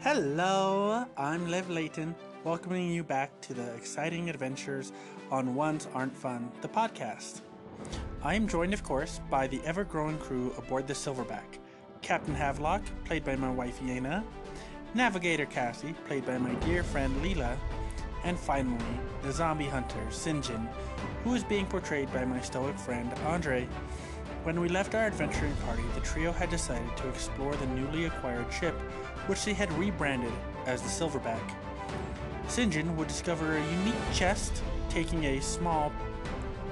Hello, I'm Liv Layton, welcoming you back to the exciting adventures on Ones Aren't Fun, the podcast. I am joined, of course, by the ever growing crew aboard the Silverback Captain Havelock, played by my wife Yena, Navigator Cassie, played by my dear friend Leela, and finally, the zombie hunter Sinjin, who is being portrayed by my stoic friend Andre. When we left our adventuring party, the trio had decided to explore the newly acquired ship, which they had rebranded as the Silverback. Sinjin would discover a unique chest, taking a small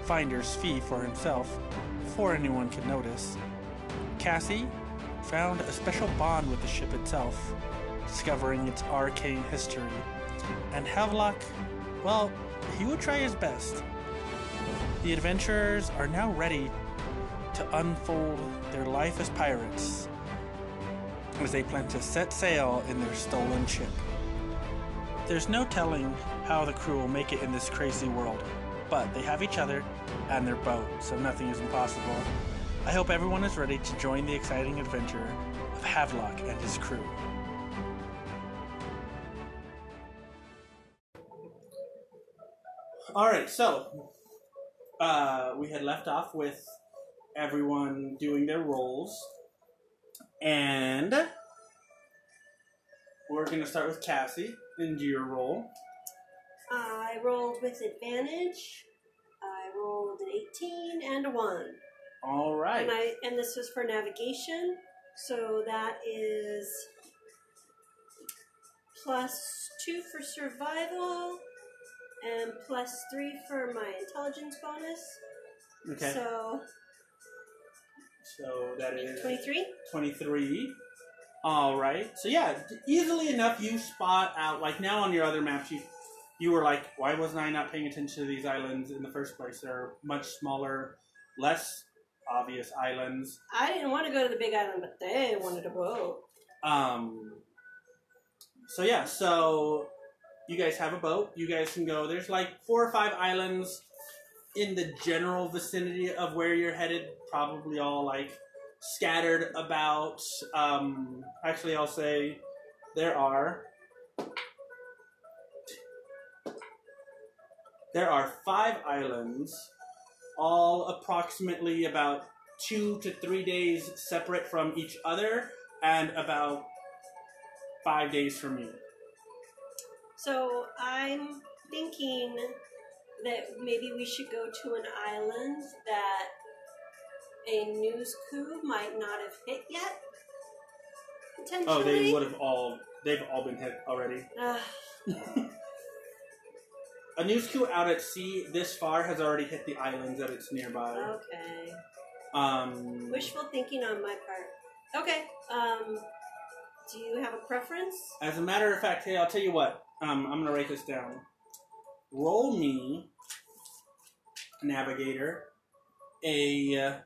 finder's fee for himself, before anyone could notice. Cassie found a special bond with the ship itself, discovering its arcane history. And Havelock, well, he would try his best. The adventurers are now ready to unfold their life as pirates as they plan to set sail in their stolen ship. There's no telling how the crew will make it in this crazy world, but they have each other and their boat, so nothing is impossible. I hope everyone is ready to join the exciting adventure of Havelock and his crew. All right, so uh, we had left off with everyone doing their roles, and we're gonna start with Cassie and do your role. I rolled with advantage. I rolled an 18 and a 1. All right. And, I, and this was for navigation, so that is plus 2 for survival and plus 3 for my intelligence bonus. okay. So, So that is 23? 23. All right. So yeah, easily enough you spot out like now on your other maps you you were like, why wasn't I not paying attention to these islands in the first place? They're much smaller, less obvious islands. I didn't want to go to the big island, but they wanted to go. Um, so yeah, so you guys have a boat. You guys can go. There's like four or five islands in the general vicinity of where you're headed. Probably all like scattered about. Um, actually, I'll say there are. There are five islands, all approximately about two to three days separate from each other and about five days from you. So I'm thinking that maybe we should go to an island that a news coup might not have hit yet. Potentially. Ah, Oh, they would have all. They've all been hit already. Ugh, A news coup out at sea this far has already hit the islands that it's nearby. okay. Um, Wishful thinking on my part. Okay. Um, do you have a preference? as a matter of fact, hey, I'll tell you what. Um, I'm gonna write this down. Roll me, navigator, a. Uh,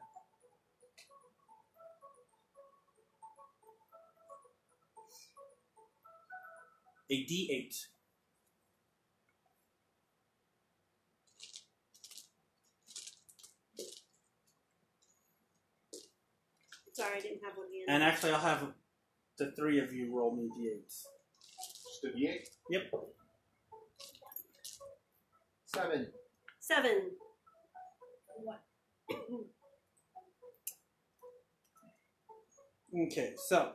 a d8. Sorry, I didn't have one And hand. actually, I'll have the three of you roll me d8s. Just a D8? Yep. Seven. Seven. Okay, so.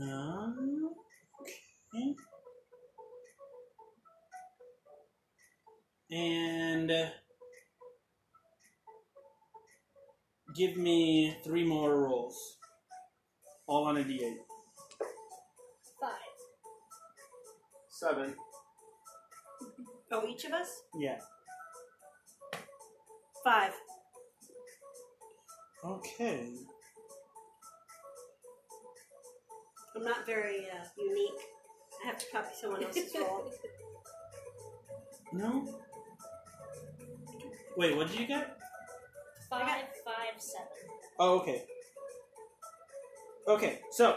Um, okay. And uh, give me three more rolls, all on a d8. Five. Seven. Oh, each of us? Yeah. Five. Okay. I'm not very uh, unique. I have to copy someone else's role. No. Wait, what did you get? Five, five, seven. Oh, okay. Okay, so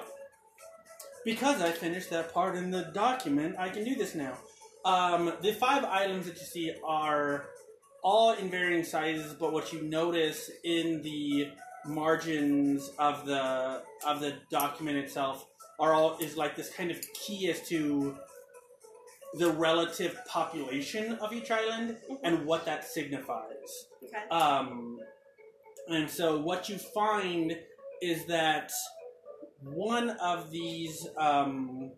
because I finished that part in the document, I can do this now. Um, the five islands that you see are all in varying sizes, but what you notice in the margins of the of the document itself are all is like this kind of key as to the relative population of each island and what that signifies. Okay. Um, and so what you find is that one of these um,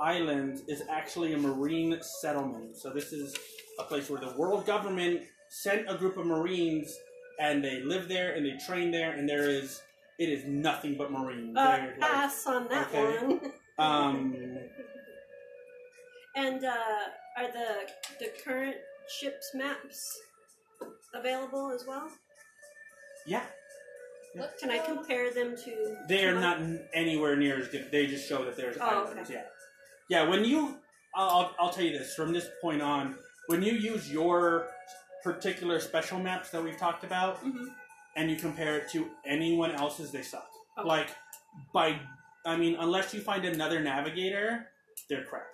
islands is actually a marine settlement. So this is a place where the world government sent a group of marines and they live there and they train there and there is it is nothing but marine. Uh, They're like- pass on that okay. one. um, And uh, are the the current ships maps available as well? yeah, Can I compare them to? They are to not mine? n- anywhere near as good. They just show that there's Oh, islands. Yeah, yeah. When you, I'll, I'll- I'll tell you this from this point on. When you use your particular special maps that we've talked about, Mhm. and you compare it to anyone else's, they suck. Okay. Like by, I mean, unless you find another navigator, they're crap.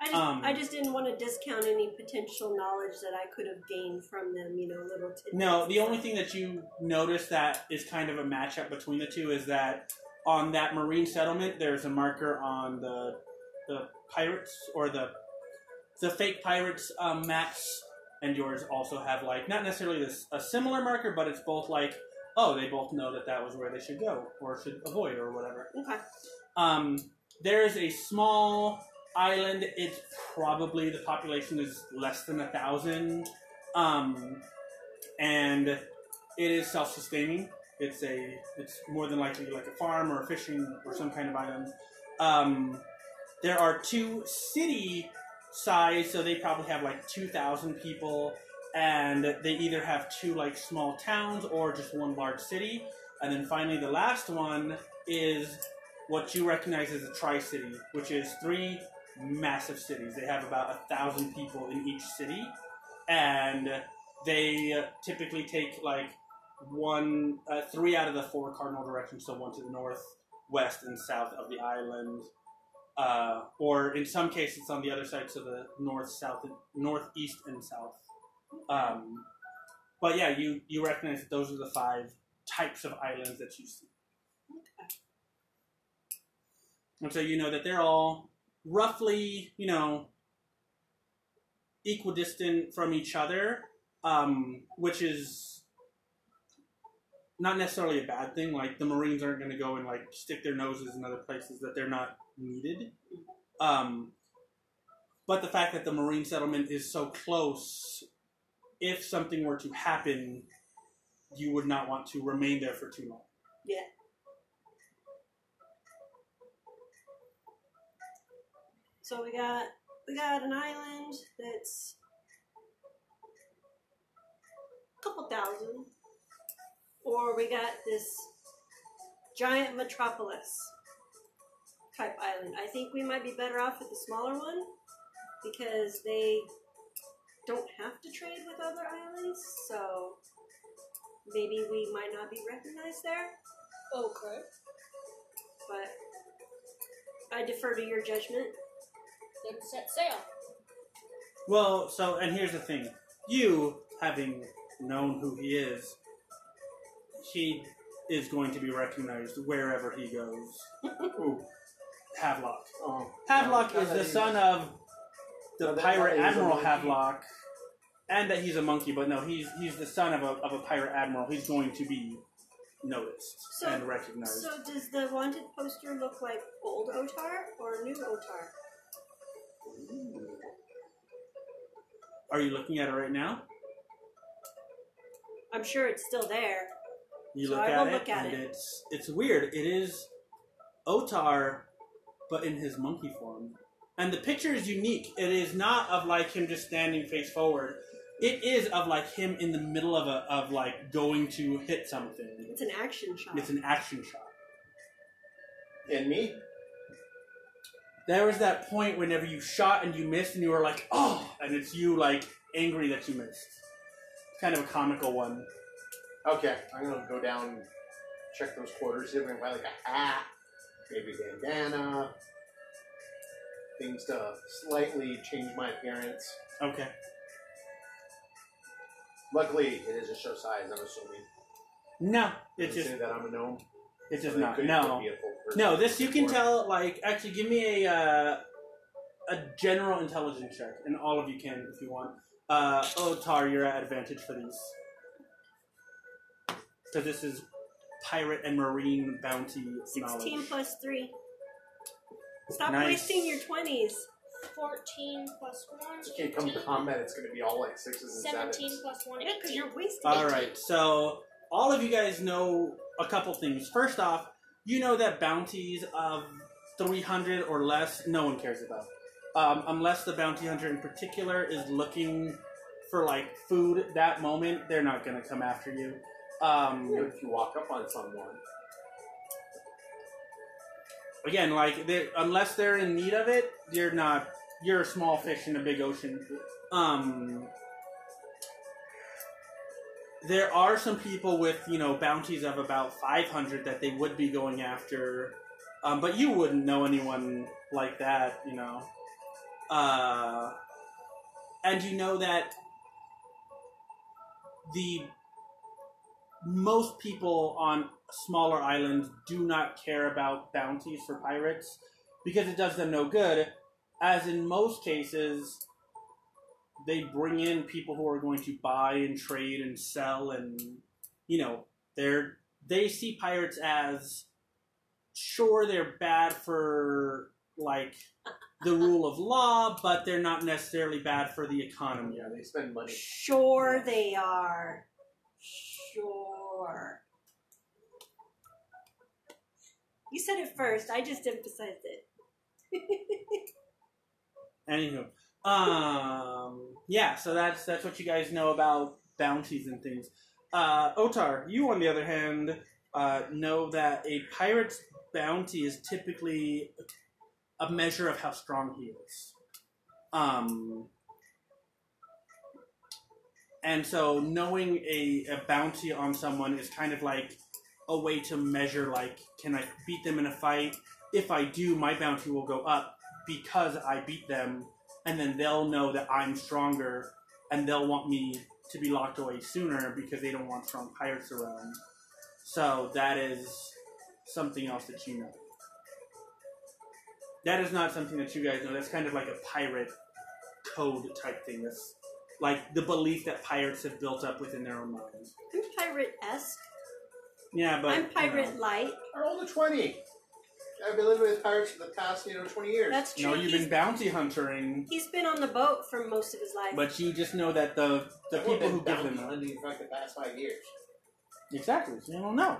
I just, um, I just didn't want to discount any potential knowledge that I could have gained from them. You know, little tidbits. No, the only thing that you notice that is kind of a matchup between the two is that on that marine settlement, there's a marker on the the pirates or the the fake pirates um, maps, and yours also have like not necessarily this, a similar marker, but it's both like oh they both know that that was where they should go or should avoid or whatever. Okay. Um, there is a small island. It's probably the population is less than a thousand, um, and it is self-sustaining. It's a it's more than likely like a farm or a fishing or some kind of island. Um, there are two city size, so they probably have like two thousand people, and they either have two like small towns or just one large city. And then finally, the last one is what you recognize as a tri city, which is three massive cities. They have about a thousand people in each city, and they typically take like one, uh, three out of the four cardinal directions, so one to the north, west, and south of the island. Uh, or in some cases, it's on the other side, so the north, south, and northeast, and south. Um, but yeah, you you recognize that those are the five types of islands that you see. And so you know that they're all roughly, you know, equidistant from each other, um, which is not necessarily a bad thing. Like the Marines aren't going to go and like stick their noses in other places that they're not needed. Um, but the fact that the Marine settlement is so close, if something were to happen, you would not want to remain there for too long. Yeah. So we got we got an island that's a couple thousand, or we got this giant metropolis type island. I think we might be better off with the smaller one because they don't have to trade with other islands, so maybe we might not be recognized there, Okay. but I defer to your judgment. Then set sail. Well, so and here's the thing: you, having known who he is, he is going to be recognized wherever he goes. Ooh. Havelock. Oh. Havelock I is thought the he- son of the I thought pirate he was a admiral monkey. Havelock, and that he's a monkey. But no, he's he's the son of a of a pirate admiral. He's going to be noticed So- and recognized. So, does the wanted poster look like old Otar or new Otar? Are you looking at it right now? I'm sure it's still there. You So look I at will it, look at and it. it's it's weird. It is Otar, but in his monkey form, and the picture is unique. It is not of like him just standing face forward. It is of like him in the middle of a of like going to hit something. It's an action shot. It's an action shot. And me? There was that point whenever you shot and you missed, and you were like, "Oh!" and it's you like angry that you missed. Kind of a comical one. Okay, I'm gonna go down and check those quarters, see if I can buy like a hat, maybe a bandana, things to slightly change my appearance. Okay. Luckily, it is a show size. I'm assuming. No, I'm it's just assuming that I'm a gnome. it's just so they not. couldn't No, be a full person. no. This you can Or- tell. Like, actually, give me a uh, a general intelligence check, and all of you can if you want. Uh, oh, Tar, you're at advantage for these because this is pirate and marine bounty Sixteen knowledge. plus three. Stop Nice. wasting your twenties. 14 plus 1. It's Okay, come 18. combat, it's going to be all like sixes and 17 sevens. plus 1. Yeah, because 18. you're wasting. All it. right, so all of you guys know a couple things. First off, you know that bounties of 300 or less, no one cares about. Um, unless the bounty hunter in particular is looking for like food at that moment, they're not going to come after you. Um, If you walk up on someone, again, like they're- unless they're in need of it, you're not. You're a small fish in a big ocean. Um, there are some people with you know bounties of about five hundred that they would be going after, um, but you wouldn't know anyone like that, you know. Uh, and you know that the most people on smaller islands do not care about bounties for pirates because it does them no good. As in most cases, they bring in people who are going to buy and trade and sell, and you know they're they see pirates as sure they're bad for like the rule of law, but they're not necessarily bad for the economy. yeah, they spend money. Sure, they are. Sure. You said it first. I just emphasized it. Anywho, um, yeah, so that's that's what you guys know about bounties and things. Uh, Otar, you on the other hand uh, know that a pirate's bounty is typically a measure of how strong he is. Um, and so knowing a, a bounty on someone is kind of like a way to measure like can I beat them in a fight? If I do, my bounty will go up because I beat them, and then they'll know that I'm stronger, and they'll want me to be locked away sooner because they don't want strong pirates around. So that is something else that you know. That is not something that you guys know. That's kind of like a pirate code type thing. That's like the belief that pirates have built up within their own minds. I'm pirate esque. Yeah, but I'm you pirate know. light. I rolled a 20. I've been living with pirates for the past, you know, 20 years. That's true. no, you've He's- been bounty hunting, he's been on the boat for most of his life. but you just know that the the I've people only been who give them bounty hunting for like the past five years. Exactly. You don't know.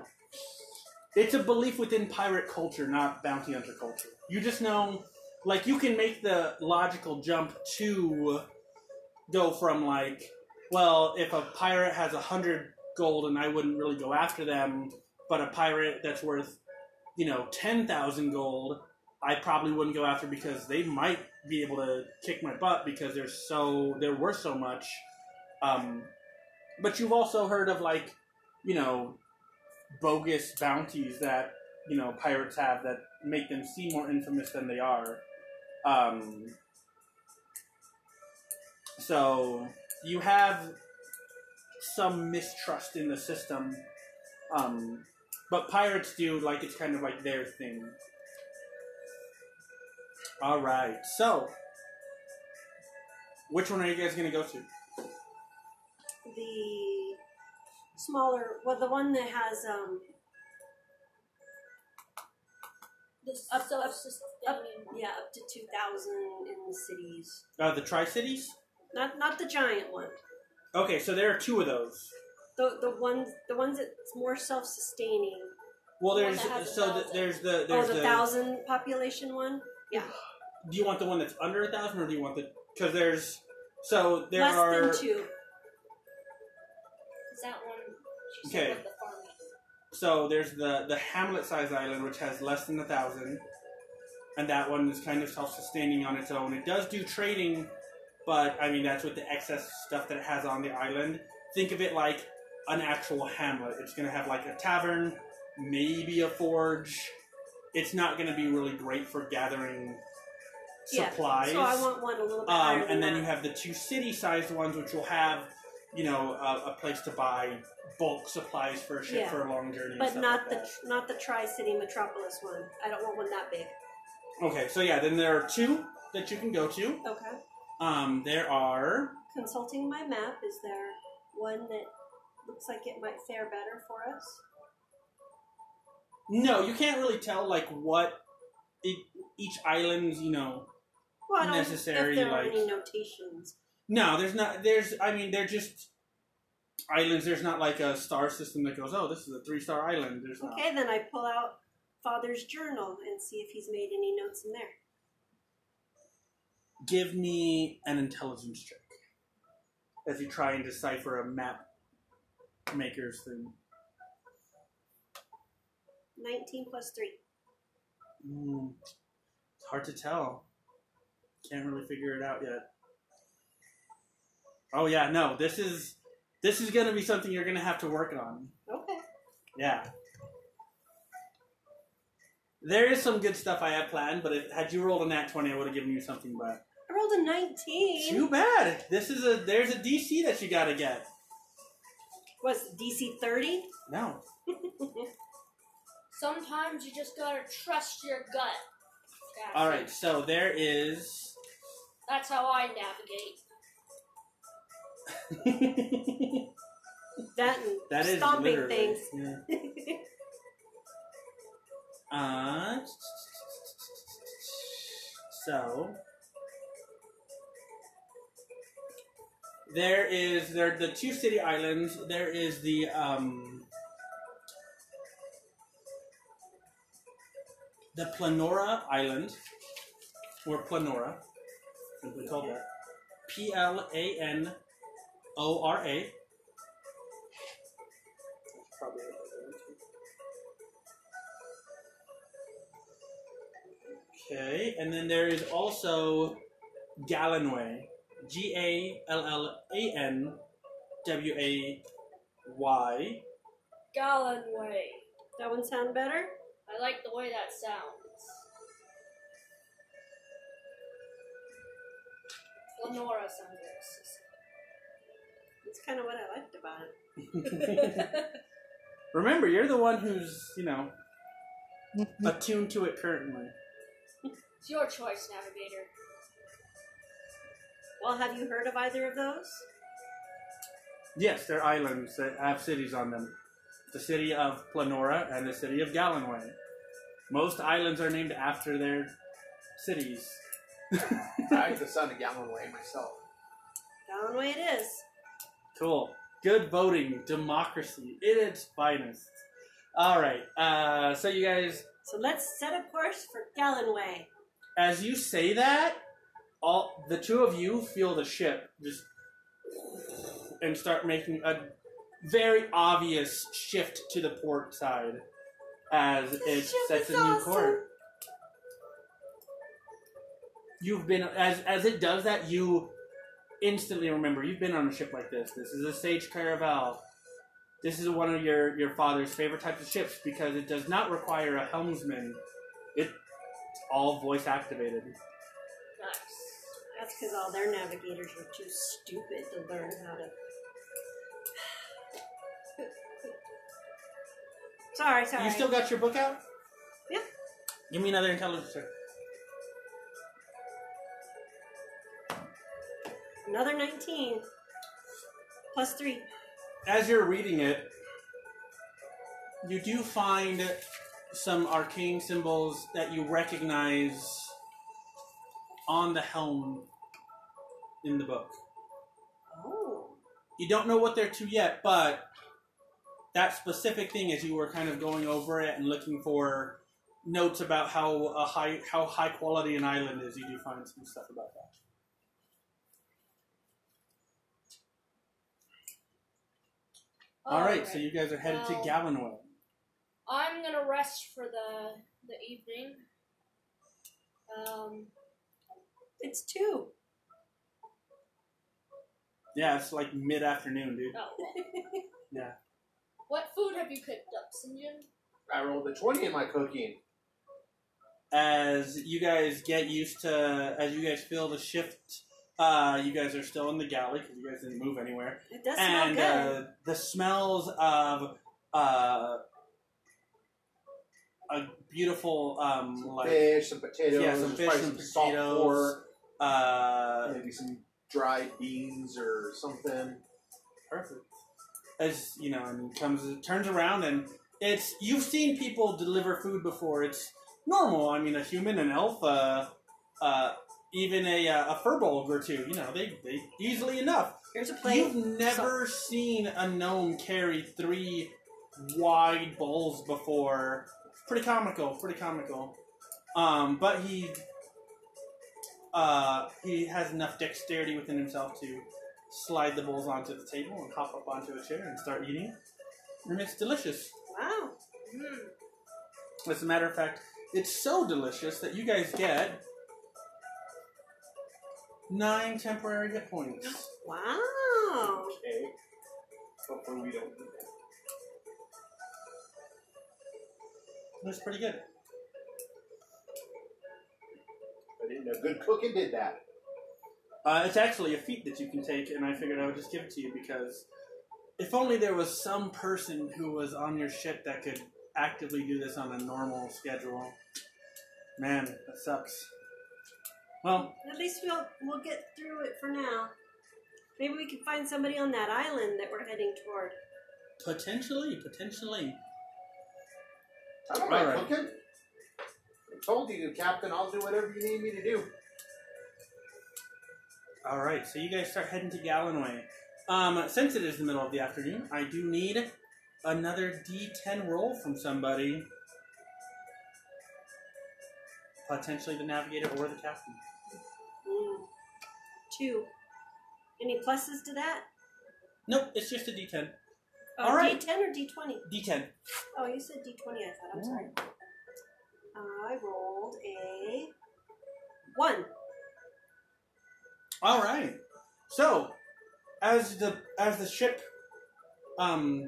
It's a belief within pirate culture, not bounty hunter culture. You just know, like, you can make the logical jump to go from, like, well, if a pirate has a hundred gold and I wouldn't really go after them, but a pirate that's worth, you know, 10,000 gold, I probably wouldn't go after because they might be able to kick my butt because they're so, they're worth so much. Um, but you've also heard of, like, you know, bogus bounties that, you know, pirates have that make them seem more infamous than they are. Um, so you have some mistrust in the system. Um, but pirates do, like, it's kind of like their thing. All right, so. Which one are you guys going to go to? the smaller, well, the one that has um, The Up- up- self-sustaining one. yeah, up to two thousand in the cities. Uh, the Tri Cities? Not not the giant one. Okay, so there are two of those. The the ones the ones that's more self sustaining. Well, The there's one that has a so th- thousand. there's the Oh, there's the, thousand population one. Yeah, Do you want the one that's under a thousand, or do you want the? Because there's so there less are than two. Is that one? She Okay. said with the farming. so there's the the hamlet sized island which has less than a thousand, and that one is kind of self sustaining on its own. It does do trading, but I mean that's with the excess stuff that it has on the island. Think of it like an actual hamlet. It's gonna have like a tavern, maybe a forge. It's not gonna be really great for gathering Yeah, supplies. So I want one a little bit Um, higher. and than then you that. have the two city sized ones, which will have you know, a, a place to buy bulk supplies for a ship Yeah. for a long journey. and But stuff not like the that. tr- not the Tri City Metropolis one. I don't want one that big. Okay, so yeah, then there are two that you can go to. Okay. Um, there are Consulting my map, is there one that looks like it might fare better for us? no, you can't really tell like what it, each island's, you know. Well, I don't Necessary, if there are like- any notations. No, there's not. There's, I mean, they're just islands. There's not like a star system that goes, oh, this is a three star island. There's not. Okay, then I pull out Father's journal and see if he's made any notes in there. Give me an intelligence check as you try and decipher a map maker's thing. 19 plus 3. Mm, it's hard to tell. Can't really figure it out yet. Oh yeah, no. This is this is gonna be something you're gonna have to work on. Okay. Yeah. There is some good stuff I have planned, but if, had you rolled a nat twenty, I would have given you something. But I rolled a 19. too bad. This is a there's a DC that you gotta get. Was DC 30? No, Sometimes you just gotta trust your gut. That's All it. right, so there is. That's how I navigate. that that and is stomping literally- things. yeah. Uh. So. There is there are the two city islands. There is the um. The Planora Island, or Planora, simply called that. P L A N O R A. Okay, and then there is also Gallanway. G A L L A N W A Y. Gallenway. that one sound better? I like the way that sounds. Lenora sounds very That's kind of what I liked about it. Remember, you're the one who's, you know, attuned to it currently. It's your choice, navigator. Well, have you heard of either of those? Yes, they're islands that have cities on them. The city of Planora and the city of Gallanway. Most islands are named after their cities. I like the sound of Galloway myself. Gallenway it is. Cool. Good voting. Democracy in its finest. All right. Uh, so you guys, So let's set a course for Gallenway. as you say that, all the two of you feel the ship just and start making a very obvious shift to the port side as it ship sets a is new course. awesome. You've been as as it does that, you instantly remember you've been on a ship like this. This is a sage caravel. This is one of your your father's favorite types of ships because it does not require a helmsman. It's all voice activated. Nice. That's because all their navigators were too stupid to learn how to. sorry, sorry. You still got your book out? Yeah. Give me another intelligence check. Another 19. Plus 3. As you're reading it, you do find some arcane symbols that you recognize on the helm in the book. Oh. You don't know what they're to yet, but that specific thing, as you were kind of going over it and looking for notes about how a high how high quality an island is, you do find some stuff about that. All right, so you guys are headed Well- to Gallenway. I'm gonna rest for the the evening. Um, It's 2. Yeah, it's like mid afternoon, dude. oh. well. Yeah. What food have you picked up, Sinjin? I rolled a 20 in my cooking. as you guys get used to as you guys feel the shift Uh, you guys are still in the galley because you guys didn't move anywhere. It does and smell good. Uh, the smells of uh, a beautiful um, Some like fish, some potatoes, yeah, some there's fish, probably some salt potatoes, pork, uh, maybe some dried beans or something. perfect. As you know, and comes turns around and it's you've seen people deliver food before. It's normal. I mean, a human, an elf, uh, uh, even a uh, a furbolg or two. You know, they they easily enough. Here's a plate. You've never seen a gnome carry three wide bowls before. Pretty comical, pretty comical. Um, but he uh, he has enough dexterity within himself to slide the bowls onto the table and hop up onto a chair and start eating. And it's delicious. Wow. Mm. As a matter of fact, it's so delicious that you guys get nine temporary hit points. Wow. Okay. Hopefully we don't do that. That's pretty good. I didn't know good cooking did that. Uh, it's actually a feat that you can take, and I figured I would just give it to you because if only there was some person who was on your ship that could actively do this on a normal schedule. Man, that sucks. Well, At least we'll we'll get through it for now. Maybe we can find somebody on that island that we're heading toward. potentially, potentially. I don't All mind right. cooking. I told you, Captain, I'll do whatever you need me to do. All right, so you guys start heading to Gallenway. Um, since it is the middle of the afternoon, I do need another D10 roll from somebody. Potentially the navigator or the captain. Mm. Two. Any pluses to that? Nope, it's just a D10. Oh, All right. D10 or D20? D10. Oh, you said D20, I thought. I'm sorry. I rolled a one. All right. So, as the as the ship um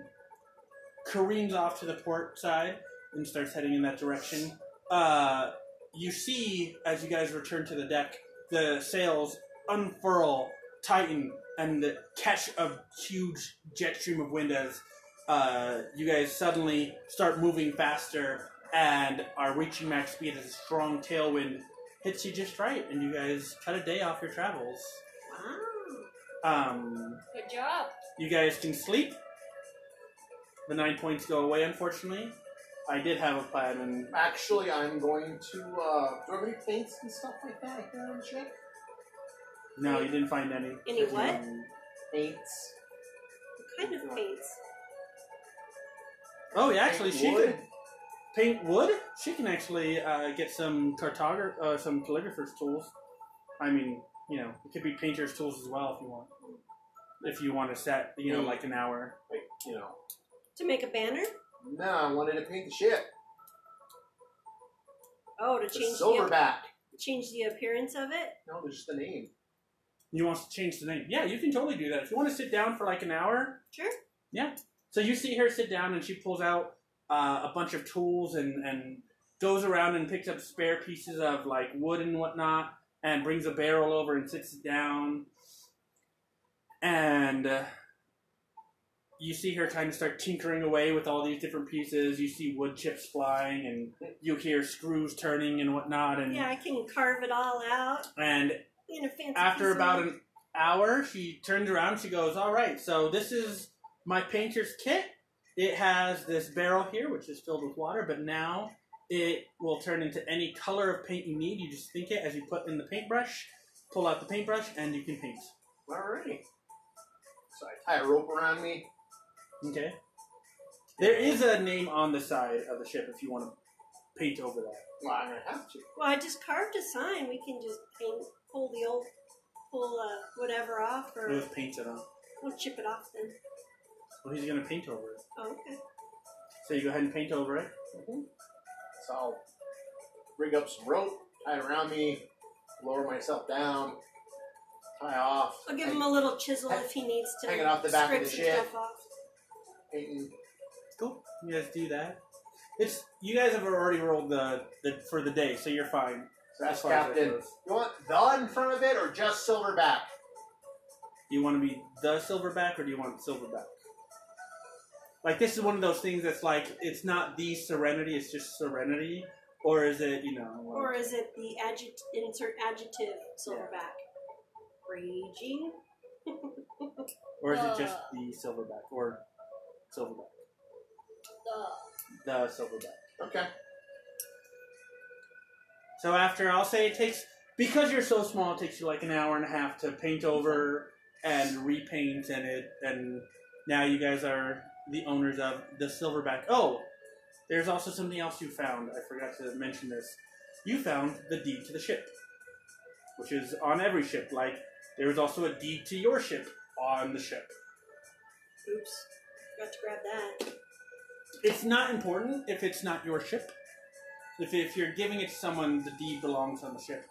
careens off to the port side and starts heading in that direction, uh, you see as you guys return to the deck, the sails unfurl, tighten, and the catch a huge jet stream of wind as uh, you guys suddenly start moving faster and are reaching max speed as a strong tailwind hits you just right, and you guys cut a day off your travels. Wow. Um, Good job. you guys can sleep. The nine points go away, unfortunately. I did have a plan, and Actually, I'm going to. Uh, do I have any paints and stuff like that here on the ship? no, you didn't find any. Any what? Paints. What kind of paints? Oh, yeah, actually, she Wood. could paint wood. She can actually uh, get some cartographer, uh, some calligrapher's tools. I mean, you know, it could be painter's tools as well if you want. If you want to set, you know, like an hour. Like, you know. To make a banner? No, I wanted to paint the ship. Oh, to The change the, ap- silverback. change the appearance of it? No, there's just the name. You want to change the name? Yeah, you can totally do that. If you want to sit down for like an hour, Sure. So you see her sit down, and she pulls out uh, a bunch of tools and, and goes around and picks up spare pieces of like wood and whatnot, and brings a barrel over and sits it down. And uh, you see her kind of start tinkering away with all these different pieces. You see wood chips flying, and you hear screws turning and whatnot. And Yeah, I can carve it all out and in a fancy after piece of about wood. an hour, she turns around. She goes, "All right, so this is my painter's kit. It has this barrel here, which is filled with water, but now it will turn into any color of paint you need. You just think it as you put in the paintbrush, pull out the paintbrush, and you can paint. Alrighty. So I tie a rope around me. Okay. There is a name on the side of the ship if you want to paint over that. Well, I'm going to have to. Well, I just carved a sign. We can just paint, pull the old, pull uh, whatever off, or It was painted on. we'll chip it off then. Well, he's gonna paint over it. Oh, okay. So you go ahead and paint over it. So I'll rig up some rope, tie it around me, lower myself down, tie off. I'll give him a little chisel if he needs to. Hang it off the back of scrape the some shed. stuff off. painting. Cool. You guys do that. It's you guys have already rolled the, the for the day, so you're fine. So that's As far as Captain. it goes. You want the in front of it or just Silverback? Do you want to be the silverback or do you want silverback? Like this is one of those things that's like it's not the serenity, it's just serenity, or is it you know? like- Or is it the adject- insert adjective silverback? Raging? Or is it just the silverback or silverback? The The silverback. Okay. So after I'll say it takes because you're so small, it takes you like an hour and a half to paint over and repaint and it and now you guys are the owners of the silverback. Oh, there's also something else you found. I forgot to mention this. You found the deed to the ship. Which is on every ship. Like there was also a deed to your ship on the ship. Oops. Got to grab that. It's not important if it's not your ship. If, if you're giving it to someone, the deed belongs on the ship.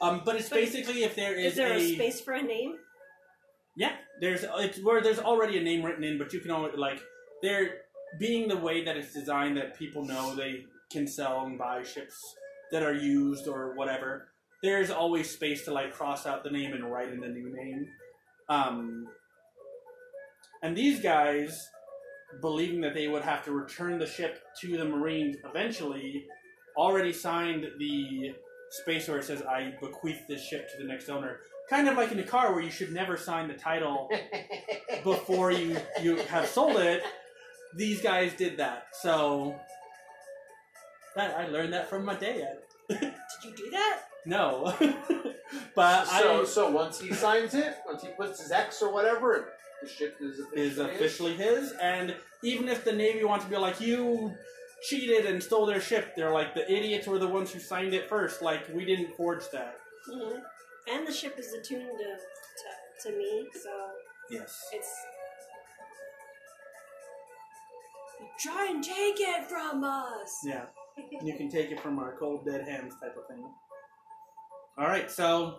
Um, but it's But is- basically if there is, Is there a space for a name? Yeah, there's it's where there's already a name written in, but you can always like they're being the way that it's designed that people know they can sell and buy ships that are used or whatever. There's always space to like cross out the name and write in the new name. Um, and these guys, believing that they would have to return the ship to the Marines eventually, already signed the space where it says "I bequeath this ship to the next owner." Kind of like in a car where you should never sign the title before you you have sold it. These guys did that, so that I learned that from my dad. Did you do that? No, but so, I so once he signs it, once he puts his X or whatever, the ship is officially is officially his. And even if the Navy wants to be like, you cheated and stole their ship, they're like, the idiots were the ones who signed it first. Like, we didn't forge that. hmm And the ship is attuned to, to, to me, so Yes. it's. Try and take it from us! Yeah. You can take it from our cold dead hands type of thing. Alright, so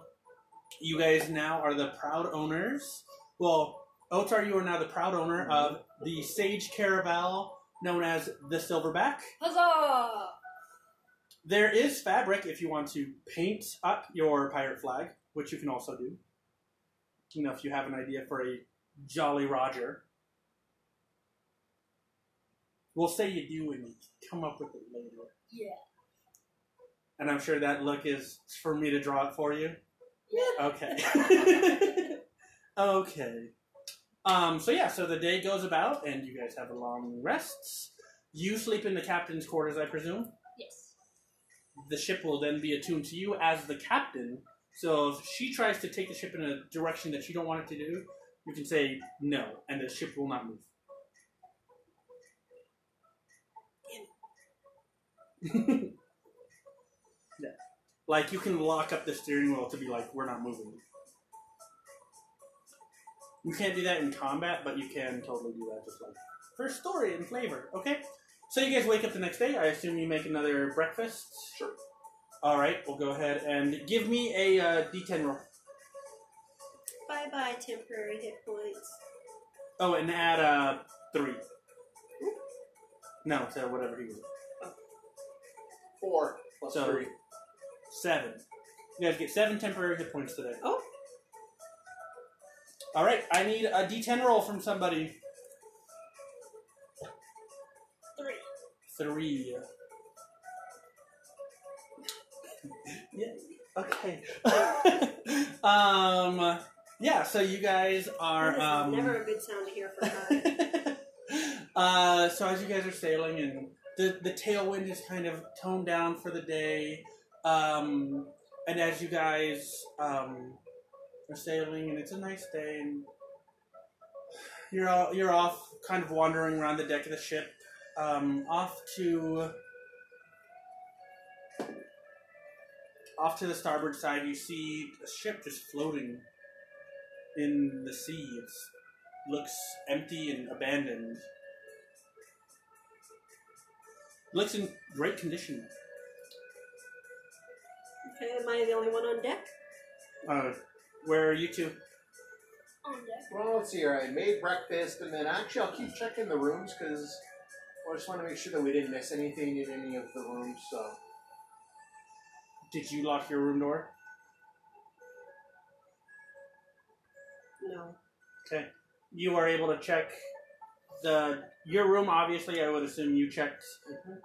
you guys now are the proud owners. Well, Otar, you are now the proud owner of the Sage Caravel known as the Silverback. huzzah! There is fabric if you want to paint up your pirate flag, which you can also do. You know, if you have an idea for a Jolly Roger. We'll say you do and you come up with it later. Yeah. And I'm sure that look is for me to draw it for you. Okay. okay. Um, so yeah, so the day goes about and you guys have a long rest. You sleep in the captain's quarters, I presume. Yes. the ship will then be attuned to you as the captain. So if she tries to take the ship in a direction that you don't want it to do, you can say no, and the ship will not move. yeah. Like you can lock up the steering wheel to be like, we're not moving. You can't do that in combat, but you can totally do that just like for story and flavor, okay? So you guys wake up the next day. I assume you make another breakfast. Sure. All right, we'll go ahead and give me a uh, D10 roll. Bye bye, temporary hit points. Oh, and add uh, three. No, so whatever he was. four plus So- three. Seven. You guys get seven temporary hit points today. Oh. All right, I need a D10 roll from somebody. Three. Three. yeah. Okay. um. Yeah. So you guys are. this um, is never a good sound to hear from her. uh, so as you guys are sailing and the, the tailwind is kind of toned down for the day um, and as you guys um, are sailing and it's a nice day and you're, all, you're off kind of wandering around the deck of the ship um, off to off to the starboard side you see a ship just floating in the sea it's looks empty and abandoned. Looks in great condition. okay, am I the only one on deck? Uh, where are you two? On deck. Well, let's see here. I made breakfast, and then actually I'll keep checking the rooms because I just want to make sure that we didn't miss anything in any of the rooms. So Did you lock your room door? No. Okay. You are able to check the your room. Obviously, I would assume you checked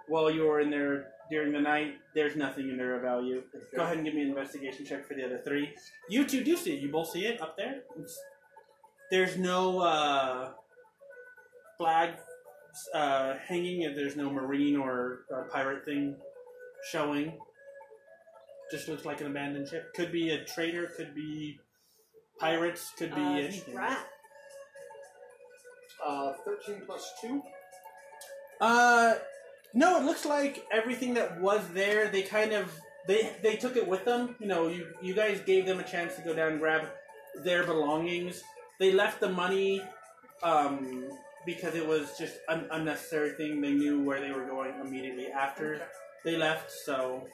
while you were in there during the night. There's nothing in there of value. Go ahead and give me an investigation check for the other three. You two do see it. You both see it up there. It's- there's no uh, flag uh, hanging. and There's no marine or, or pirate thing showing. Just looks like an abandoned ship. Could be a trader. Could be pirates. Could be Uh, anything. rat. Uh, 13 plus 2. Uh, no, it looks like everything that was there, they kind of they they took it with them. You know, you you guys gave them a chance to go down and grab their belongings. They left the money um, because it was just an unnecessary thing. They knew where they were going immediately after they left, so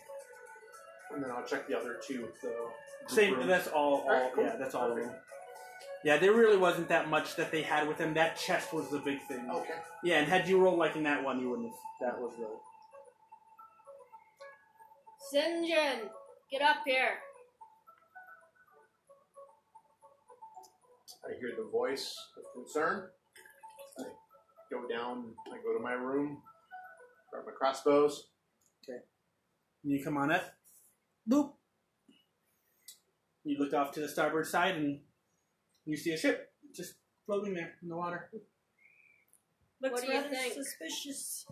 And then I'll check the other two. The group same. room. That's all. all Alright, cool. Yeah, that's all of Perfect. them. Yeah, there really wasn't that much that they had with them. That chest was the big thing. Okay. Yeah, and had you rolled like in that one, you wouldn't. have That was the. Sinjin, get up here. I hear the voice of concern. I go down, I go to my room, grab my crossbows. You come on up. Boop. You look off to the starboard side and you see a ship just floating there in the water. Looks do you rather think? suspicious.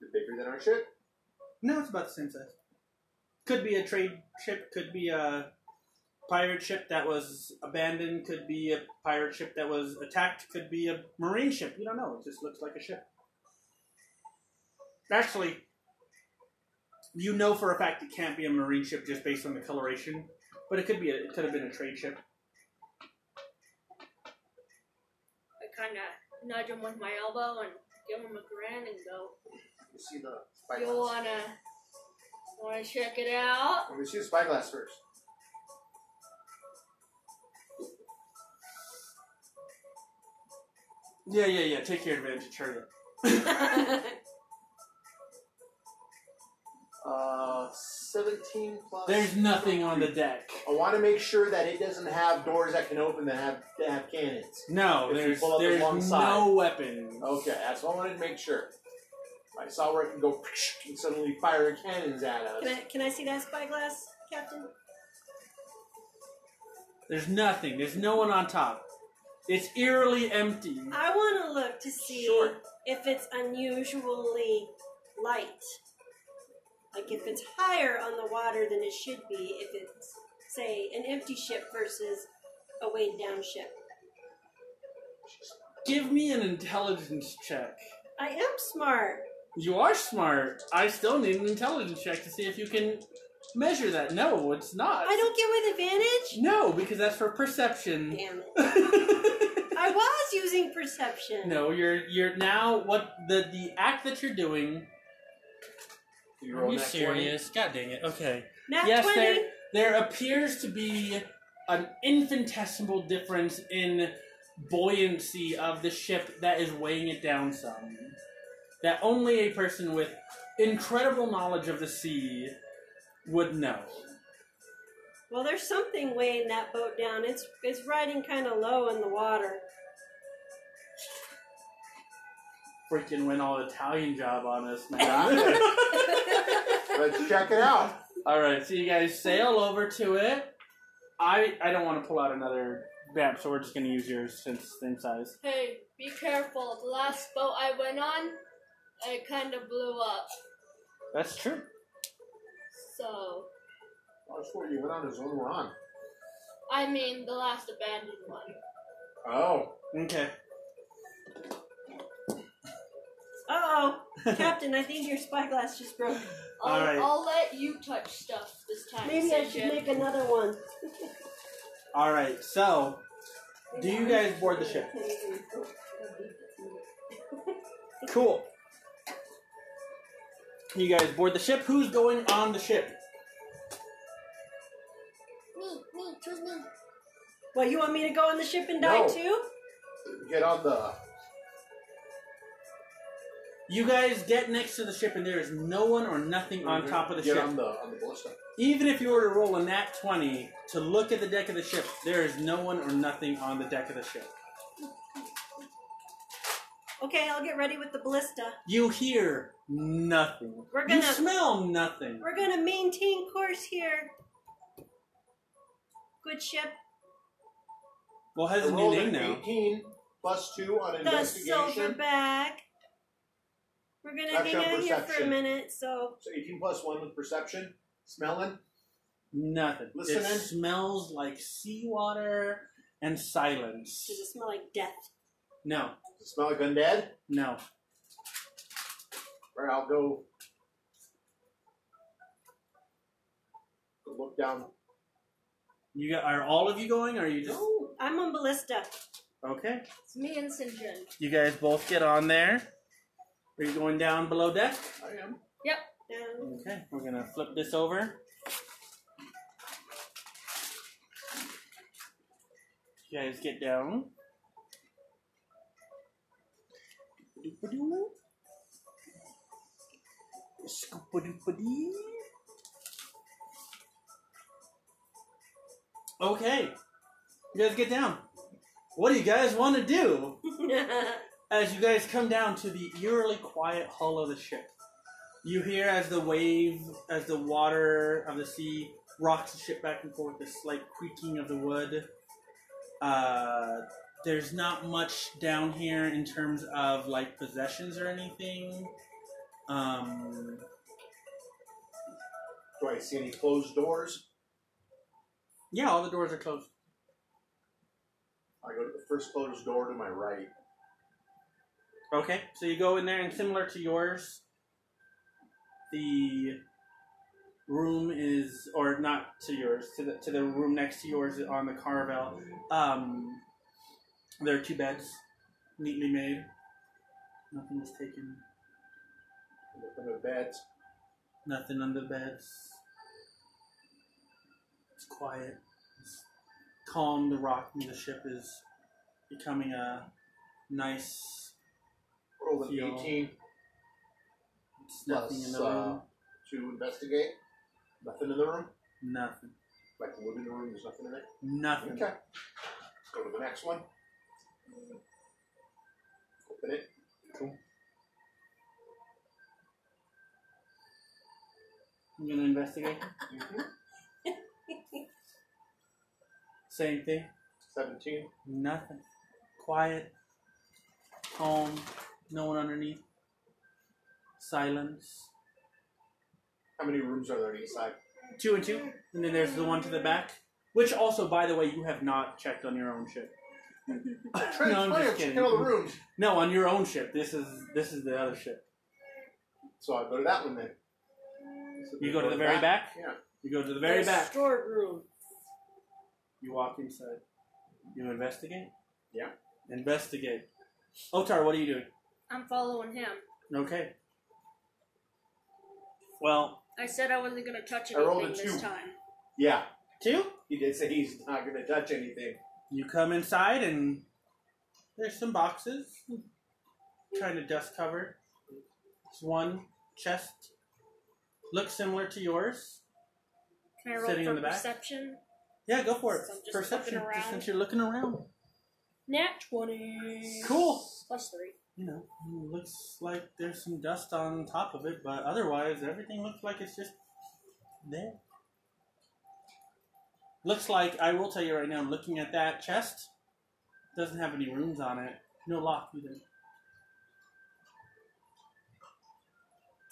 They're bigger than our ship. No, it's about the same size. Could be a trade ship, could be a pirate ship that was abandoned, could be a pirate ship that was attacked, could be a marine ship. You don't know. It just looks like a ship. Actually, you know for a fact it can't be a marine ship just based on the coloration, but it could be. A, it could have been a trade ship. I kind of nudge him with my elbow and give him a grin and go, You see the You spyglass. wanna wanna check it out? Let me see the spyglass first. Yeah, yeah, yeah. Take your advantage, hurry up. Uh, 17 plus. There's nothing on the deck. I want to make sure that it doesn't have doors that can open that have that have cannons. No, If you there's pull up the there's wrong no side. Oh. weapon. Okay, that's what I wanted to make sure. I saw where it can go and suddenly fire cannons at us. Can I, can I see that spyglass, Captain? There's nothing. There's no one on top. It's eerily empty. I want to look to see Sure. if it's unusually light. Like if it's higher on the water than it should be, if it's, say, an empty ship versus a weighed down ship. Give me an intelligence check. I am smart. You are smart. I still need an intelligence check to see if you can measure that. No, it's not. I don't get with advantage? No, because that's for perception. Damn it. I was using perception. no, you're you're now what the the act that you're doing. Do you Are roll you that serious? God dang it. Okay. Not yes, 20. there there appears to be an infinitesimal difference in buoyancy of the ship that is weighing it down some. That only a person with incredible knowledge of the sea would know. Well, there's something weighing that boat down. It's it's riding kind of low in the water. Freaking went all Italian job on us, man. Let's check it out. all right, so you guys sail over to it. I I don't want to pull out another map, so we're just gonna use yours since it's same size. Hey, be careful. The last boat I went on, it kind of blew up. That's true. So, Watch where you went on is one we're on. I mean, the last abandoned one. Oh. Okay. Uh oh, Captain, I think your spyglass just broke. I'll, Alright. I'll let you touch stuff this time. Maybe I should Sinjin. make another one. All right, so Do you guys board the ship? Cool. You guys board the ship. Who's going on the ship? Me, me, choose me. Well, you want me to go on the ship and die No. too? Get on the. You guys get next to the ship, and there is no one or nothing on top of the Mm-hmm. Get ship. on the on the bullet stuff. Even if you were to roll a nat 20 to look at the deck of the ship, there is no one or nothing on the deck of the ship. Okay, I'll get ready with the ballista. You hear nothing. We're gonna- You smell nothing. We're gonna maintain course here. Good ship, Well, it has I a new rolled name an now. 18 plus two on the investigation. silverback. We're gonna That's hang your out here for a perception. minute, so So 18 plus one with perception, smelling. Nothing. Listen it in. smells like seawater and silence. does it smell like death? No, Does it smell like undead? no. Or I'll go. go Look down. You got, are all of you going? Or are you just I'm on ballista. okay? It's me and St. John. You guys both get on there. Are you going down below deck? Oh, I am. Um, Okay, we're gonna flip this over. You guys get down. Doop-a-doo. Scoop-a-doop-a-dee. Okay, you guys get down. What do you guys want to do as you guys come down to the eerily quiet hull of the ship? You hear as the wave, as the water of the sea rocks the ship back and forth, the slight creaking of the wood. Uh, there's not much down here in terms of like possessions or anything. Um, Do I see any closed doors? yeah, all the doors are closed. I go to the first closed door to my right. Okay, so you go in there, and similar to yours, the room is, or not to yours, to the to the room next to yours on the Carvel. Um, there are two beds, neatly made. Nothing was taken. Look in the beds. Nothing under the beds. It's quiet. It's calm. The rocking of the ship is becoming a nice. Roll an Feel 18 It's nothing in the Plus, uh, room. to investigate. Nothing in the room. Nothing. Like wood in the room, there's nothing in it. Nothing. Okay. Go to the next one. Open it. I'm gonna investigate. Mm-hmm. Same thing. 17. Nothing. Quiet. Calm. No one underneath. Silence. How many rooms are there on each side? Two and two. And then there's the one to the back. Which also, by the way, you have not checked on your own ship. no, I'm just kidding. all the rooms. No, on your own ship. This is this is the other ship. So I go to that one then. You go to the very back? Yeah. You go to the very the back. Storeroom. You walk inside. You investigate? Yeah. Investigate. Otar, what are you doing? I'm following him. Okay. Well, I said I wasn't gonna touch I rolled a anything two. this time. Yeah. two. He did say he's not going to touch anything. You come inside and there's some boxes, kind of dust covered. It's one chest, looks similar to yours. Can I roll Sitting for in the back? perception? Yeah, go for it. So I'm just Perception, looking just around. since you're looking around. Nat twenty. Cool. Plus three. You know, it looks like there's some dust on top of it, but otherwise everything looks like it's just there. Looks like I will tell you right now. I'm looking at that chest. Doesn't have any rooms on it. No lock either. Does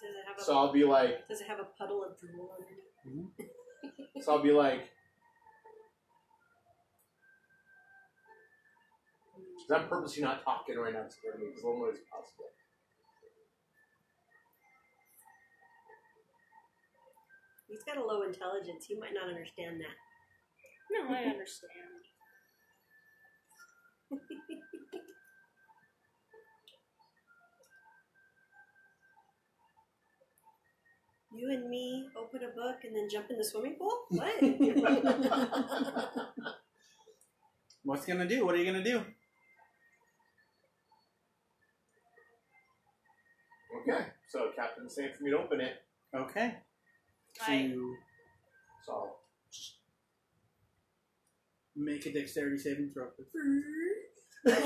it have a So I'll be like, Does it have a puddle of drool on it? so I'll be like, i I'm purposely not talking right now to scare me because little noise is possible. He's got a low intelligence. He might not understand that. No, I understand. You and me open a book and then jump in the swimming pool? What? What's gonna do? What are you gonna do? Okay, so Captain's saying for me to open it. Okay. So Right. you So I'll- make a dexterity saving throw. Did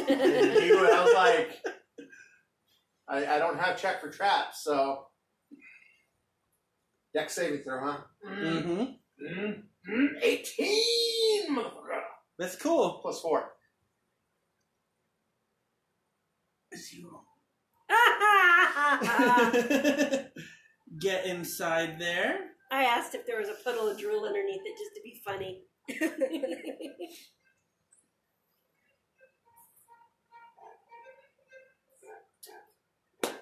you- I was like, I, I don't have check for traps, so. Deck saving throw, huh? Mm-hmm. Mm, mm, 18! motherfucker. That's cool. Plus 4. Zero. I Get inside there. asked if there was a puddle of drool underneath it just to be funny.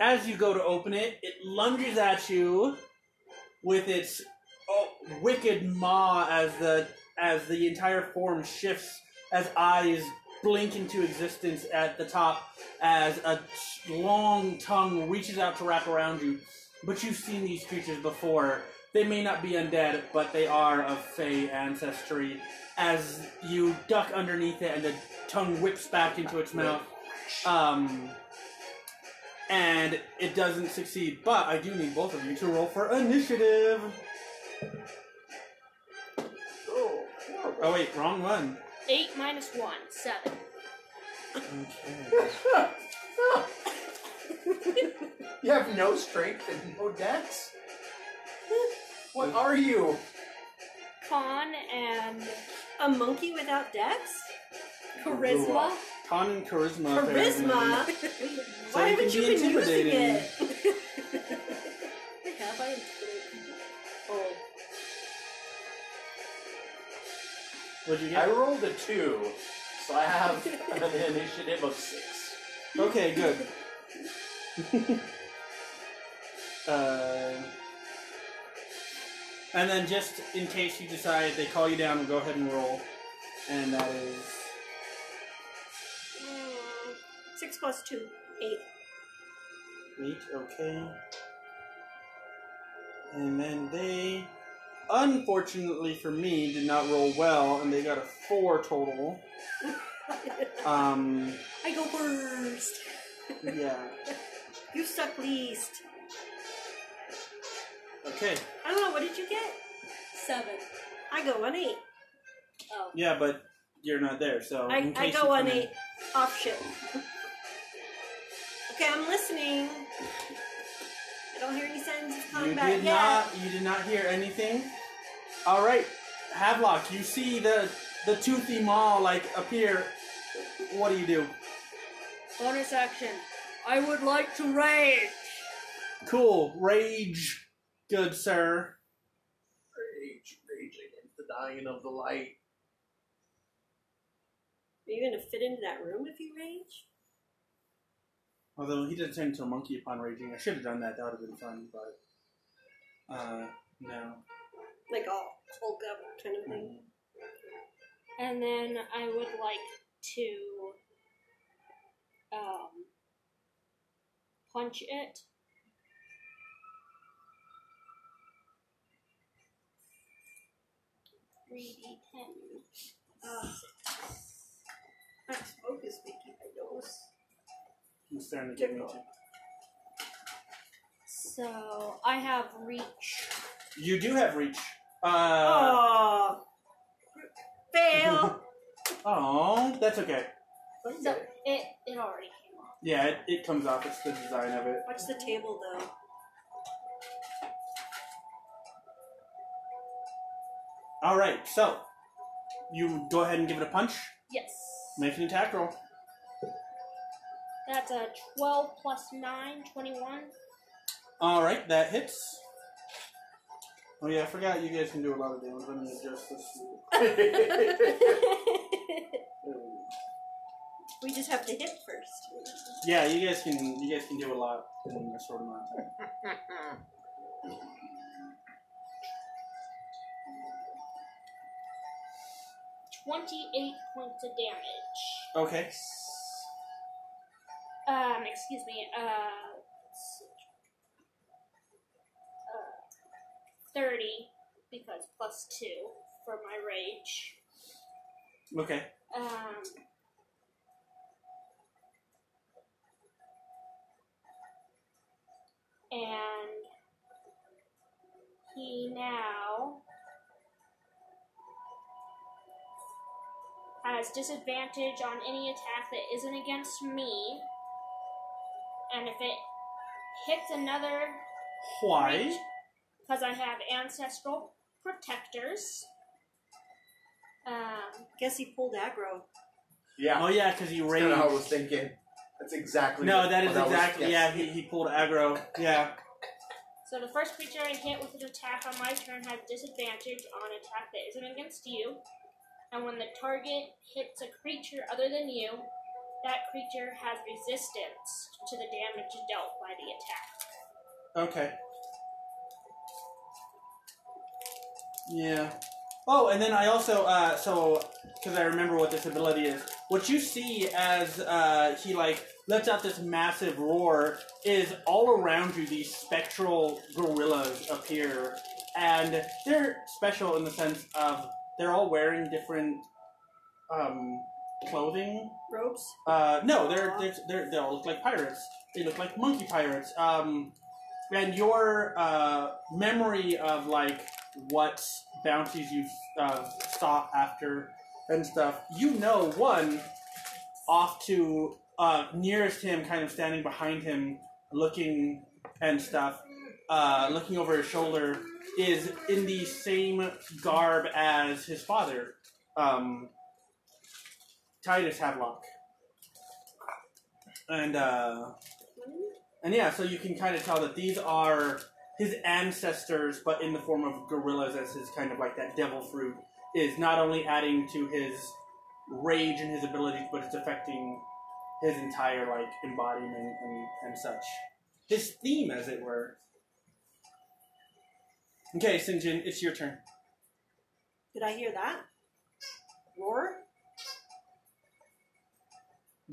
As you go to open it, it lunges at you with its oh, wicked maw as the as the entire form shifts as eyes blink into existence at the top as a t- long tongue reaches out to wrap around you. But you've seen these creatures before. They may not be undead, but they are of Fey ancestry. As you duck underneath it and the tongue whips back into its mouth. Um, and it doesn't succeed. But I do need both of you to roll for initiative. Oh, horrible. Oh wait, wrong one. Eight minus one, seven. Okay. you have no strength and no dex? What are you? Con and a monkey without decks? charisma. Con and charisma. Charisma? apparently. So Why it can haven't you be been using intimidating. it? Have I? Oh, What'd you I get? rolled a 2, so I have an initiative of 6. Okay, good. uh, and then just in case you decide they call you down, we'll go ahead and roll. And that is mm, six plus two, eight. Eight, okay. And then they, unfortunately for me, did not roll well, and they got a four total. Um, I go first. yeah. You suck least. Okay. I don't know. What did you get? Seven. I go on eight. Oh. Yeah, but you're not there, so. I, in I case you go on come in- eight. Off ship. Okay, I'm listening. I don't hear any signs of You combat did yet. not. You did not hear anything. All right, Havelock. You see the the toothy maw like appear. What do you do? Bonus action. I would like to rage. Cool. Rage. Good sir. Rage, rage against the dying of the light. Are you gonna fit into that room if you rage? Although he did turn into a monkey upon raging. I should have done that. That would have been fun, but uh, no. Like all Hulk up kind of thing. And then I would like to um, punch it. Three D ten. Uh, that smoke is making my nose. He's starting to get me too. So I have reach. You do have reach. Uh, Oh, fail. oh, that's okay. So it it already came off. Yeah, it, it comes off. It's the design of it. Watch the table though. All right, so you go ahead and give it a punch. Yes. Make an attack roll. That's a 12 plus 9, 21. All right, that hits. Oh yeah, I forgot you guys can do a lot of damage. Let me adjust this. We just have to hit first. Yeah, you guys can you guys can do a lot in a short amount of time. Twenty-eight points of damage. Okay. Um, excuse me. Uh, let's see. Uh, thirty because plus two for my rage. Okay. Um. He now has disadvantage on any attack that isn't against me. And if it hits another Why? because I have ancestral protectors. Um, Guess he pulled aggro. Yeah. Oh yeah, because he That's kind of how I was raged. thinking. That's exactly. No, what- that is what I was- exactly. Yeah, yes. he, he pulled aggro. Yeah. so the first creature I hit with an attack on my turn has disadvantage on attack that isn't against you, and when the target hits a creature other than you, that creature has resistance to the damage dealt by the attack. Okay. Yeah. Oh, and then I also uh, so because I remember what this ability is. What you see as uh, he like lets out this massive roar is all around you. These spectral gorillas appear, and they're special in the sense of they're all wearing different um, clothing. Ropes. Uh, no, they're, they're they're they all look like pirates. They look like monkey pirates. Um, and your uh, memory of like what bounties you uh, sought after and stuff, you know one off to uh, nearest him, kind of standing behind him, looking and stuff, uh, looking over his shoulder, is in the same garb as his father, um, Titus Havelock. And uh, and yeah, so you can kind of tell that these are his ancestors, but in the form of gorillas, as his kind of like that devil fruit is not only adding to his rage and his abilities, but it's affecting his entire like embodiment and, and such. His theme, as it were. Okay, Sinjin, it's your turn. Did I hear that? Roar?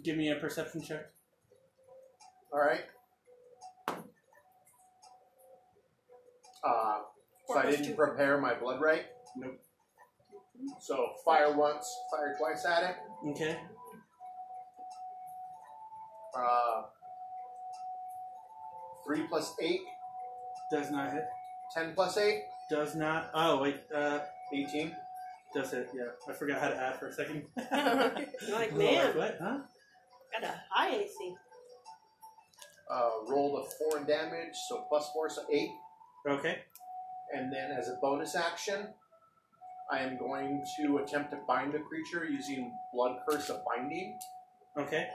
Give me a perception check. All right. Uh, so I Corpus didn't ju- prepare my blood right. Nope. So fire once, fire twice at it. Okay. Uh, three plus eight, Does not hit. ten plus eight, Does not. Oh wait. Uh, eighteen. does hit? Yeah. I forgot how to add for a second. You're like, I'm man, what? Huh? got a high AC. Uh, rolled a four in damage, so plus four, so eight. Okay. And then as a bonus action, I am going to attempt to bind the creature using Blood Curse of Binding. Okay.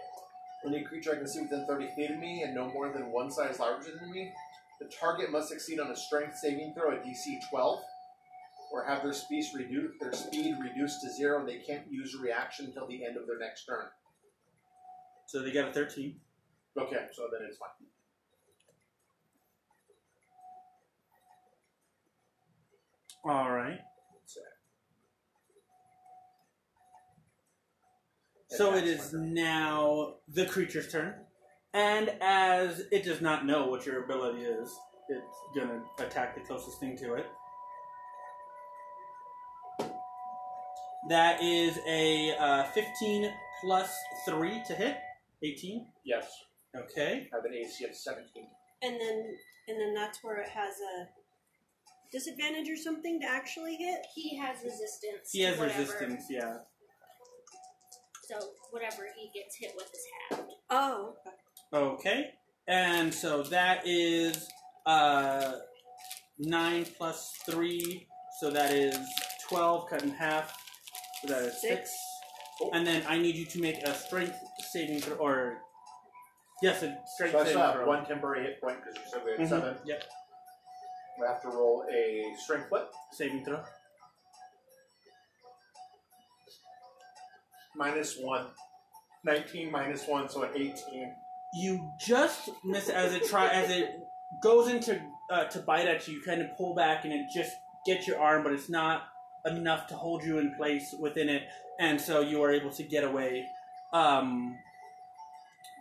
Any creature I can see within 30 feet of me and no more than one size larger than me, the target must succeed on a strength saving throw at DC 12 or have their speed reduced, their speed reduced to zero and they can't use a reaction until the end of their next turn. So they got a thirteen. Okay, so then it's fine. All right. So, So it And is that's my turn. now the creature's turn, and as it does not know what your ability is, it's gonna attack the closest thing to it. That is a uh, fifteen plus three to hit, eighteen. Yes, Okay. I have an AC of 17. And then and then that's where it has a disadvantage or something to actually hit. He has resistance. He has to whatever, resistance. Yeah. So whatever he gets hit with is halved. Oh, okay. Okay. And so that is uh, 9 plus 3. So that is 12 cut in half. So that is 6. Six. Oh. And then I need you to make a strength saving throw. Or, yes, a strength So I saving still have throw. one temporary hit point because you said we had Mhm. seven. Yep. We have to roll a strength what? Saving throw. Minus one. 19 minus one, so an 18. You just miss it as it try as it goes into uh, to bite at you. You kind of pull back and it just gets your arm, but it's not enough to hold you in place within it, and so you are able to get away um,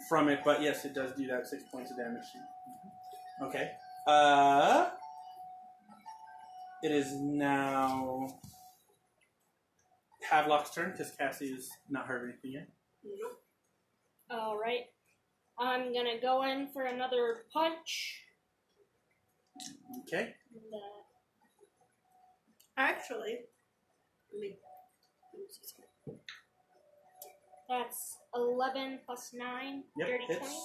from it. But yes, it does do that six points of damage. to you. Okay. Uh, it is now Havelock's turn because Cassie has not heard anything yet. All right. I'm gonna go in for another punch. Okay. The Actually, let me. That's 11 plus 9, Yep, dirty hits. 20.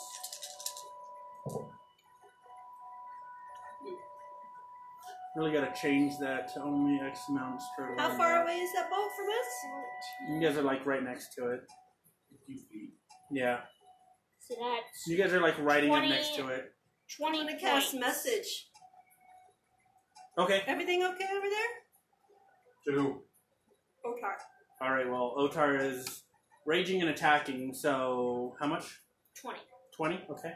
Really gotta change that to only X amounts per. How one. far away is that boat from us? You guys are like right next to it. Yeah. So that's So you guys are like riding up 20. next to it. 20 I'm gonna points. cast message. Okay. Everything okay over there? Oh, To who? Okay. All right. Well, Otar is raging and attacking. So how much? 20. Twenty. Okay.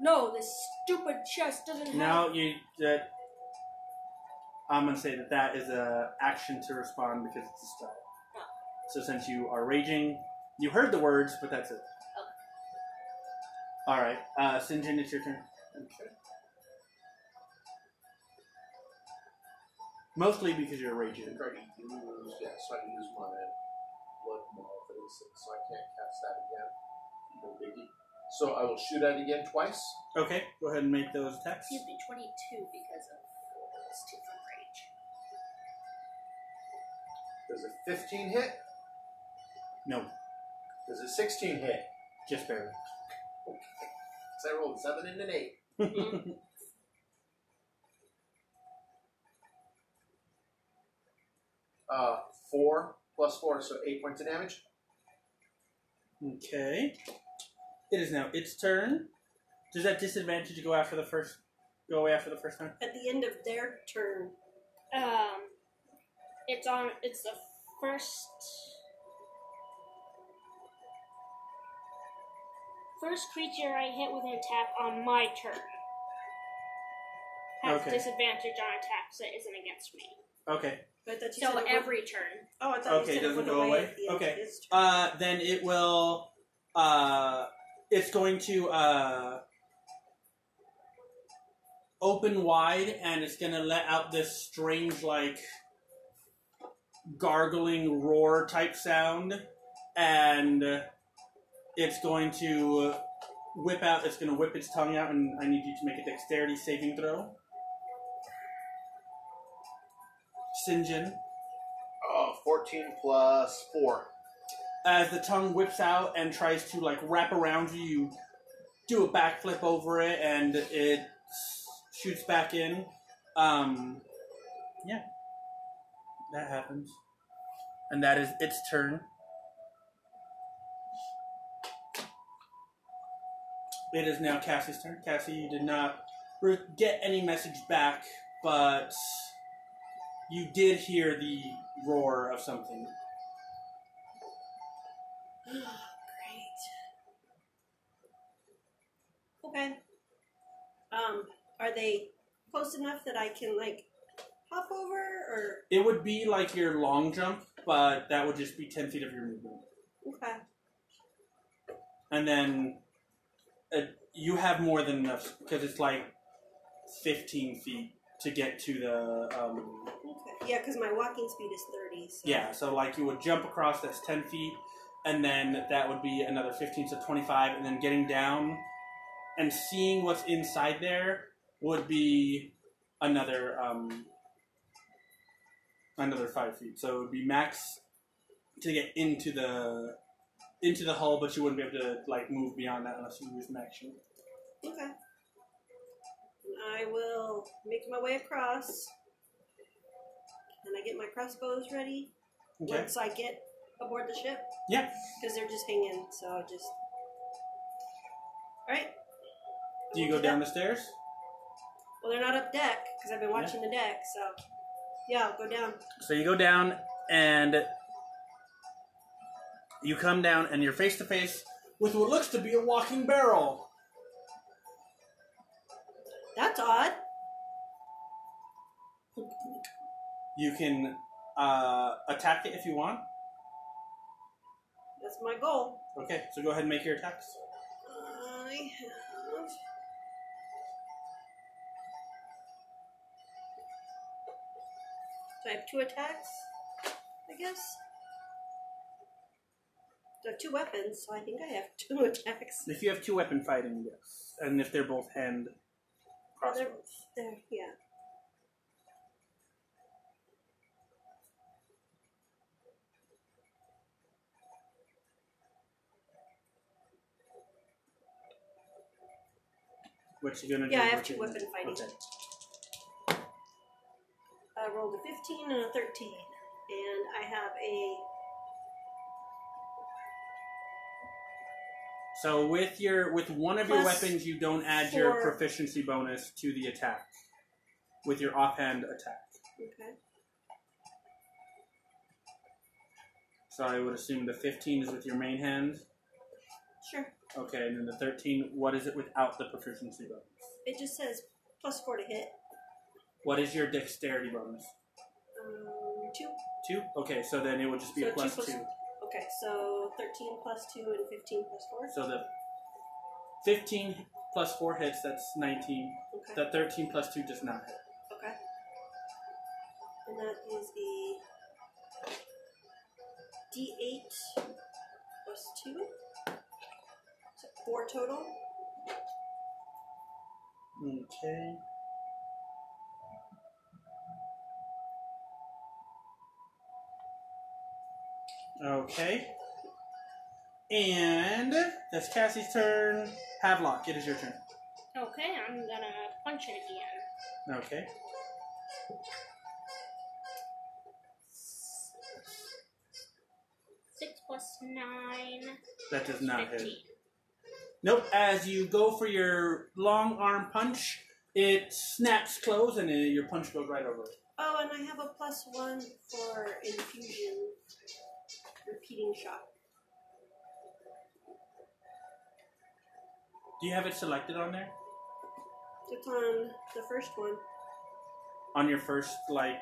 No, this stupid chest doesn't have. Now you that. I'm gonna say that that is a action to respond because it's a spell. Oh. So since you are raging, you heard the words, but that's it. Oh. All right, uh, Sinjin, it's your turn. Okay. Mostly because you're I raging. think I already used. Yeah, so I can use my blood maul for this, thing, so I can't cast that again. No biggie. So I will shoot at it again twice. Okay, go ahead and make those attacks. You'd be 22 because of plus two from rage. Does a 15 hit? No, Does a 16 hit? just barely. Because I rolled 7 and an 8. Uh, 4 plus 4, so 8 points of damage. Okay. It is now its turn. Does that disadvantage go after the first go away after the first turn? At the end of their turn. Um, it's on. It's the first. First creature I hit with an attack on my turn has Okay. disadvantage on attacks that isn't against me. Okay. But that's So every turn. Oh, I thought Okay, you said doesn't it went go away. away? At the end Okay. Of his turn. Uh then it will uh it's going to uh open wide and it's gonna let out this strange like gargling roar type sound and it's going to whip out it's gonna whip its tongue out and I need you to make a dexterity saving throw. Sinjin. Oh, 14 plus 4. as the tongue whips out and tries to like wrap around you, you do a backflip over it and it s- shoots back in. Um, yeah, that happens, and that is its turn. It is now Cassie's turn. Cassie, you did not re- get any message back, but you did hear the roar of something. Oh, Great. Okay. Um, are they close enough that I can like hop over or It would be like your long jump, but that would just be 10 feet of your movement. okay? And then uh, you have more than enough, because it's like 15 feet to get to the. Um, Okay. Yeah, because my walking speed is thirty. So. yeah, so like you would jump across, that's 10 feet, and then that would be another 15, so 25, and then getting down and seeing what's inside there would be another. Um, another five feet, so it would be max to get into the into the hull, but you wouldn't be able to like move beyond that unless you use an action. Okay. I will make my way across, and I get my crossbows ready Okay. once I get aboard the ship. Yeah. Because they're just hanging, so I'll just. All right. Do you go down the stairs? Well, they're not up deck because I've been watching the deck. So, yeah, I'll go down. So you go down and you come down and you're face to face with what looks to be a walking barrel. That's odd. You can uh, attack it if you want. That's my goal. Okay, so go ahead and make your attacks. I have. Do I have two attacks? I guess. I have two weapons, so I think I have two attacks. If you have two weapon fighting, yes. And if they're both hand They're, crossbows. they're, yeah. What you gonna do? Yeah, I have with two it? weapon fighting. Okay. I rolled a 15 and a 13, and I have a So with your with one of your Plus weapons, you don't add your four. proficiency bonus to the attack with your offhand attack. okay. So I would assume the 15 is with your main hand. Sure. Okay, and then the 13. What is it without the proficiency bonus? It just says plus four to hit. What is your dexterity bonus? Um, two. Two. Okay, so then it would just be So a two plus plus- two. Okay, so 13 plus two and 15 plus four. So the 15 plus four hits. That's 19. Okay. That 13 plus two does not hit. Okay. And that is a D8 plus 2. So 4 total. Okay. Okay. And that's Cassie's turn. Havelock, it is your turn. Okay, I'm gonna punch it again. Okay. Six plus nine. That does not hit. Fifteen. Nope. As you go for your long arm punch, it snaps closed and uh, your punch goes right over it. Oh, and I have a plus 1 for infusion. Repeating shot. Do you have it selected on there? It's on the first one. On your first, like.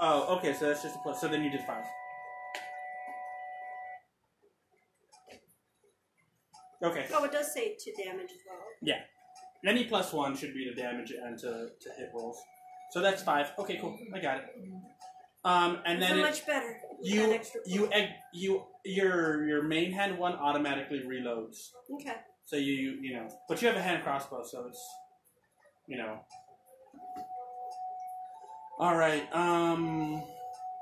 Oh, okay, so that's just a plus. So then you did five. Okay. Oh, it does say 2 damage as well. Any plus one should be to damage and to, to hit rolls. So that's five. Okay, cool. I got it. Um, and so then it, much better. with that you extra you egg, you your your main hand one automatically reloads. point. Okay. So you you- you know, but you have a hand crossbow, so it's you know. All right. Um.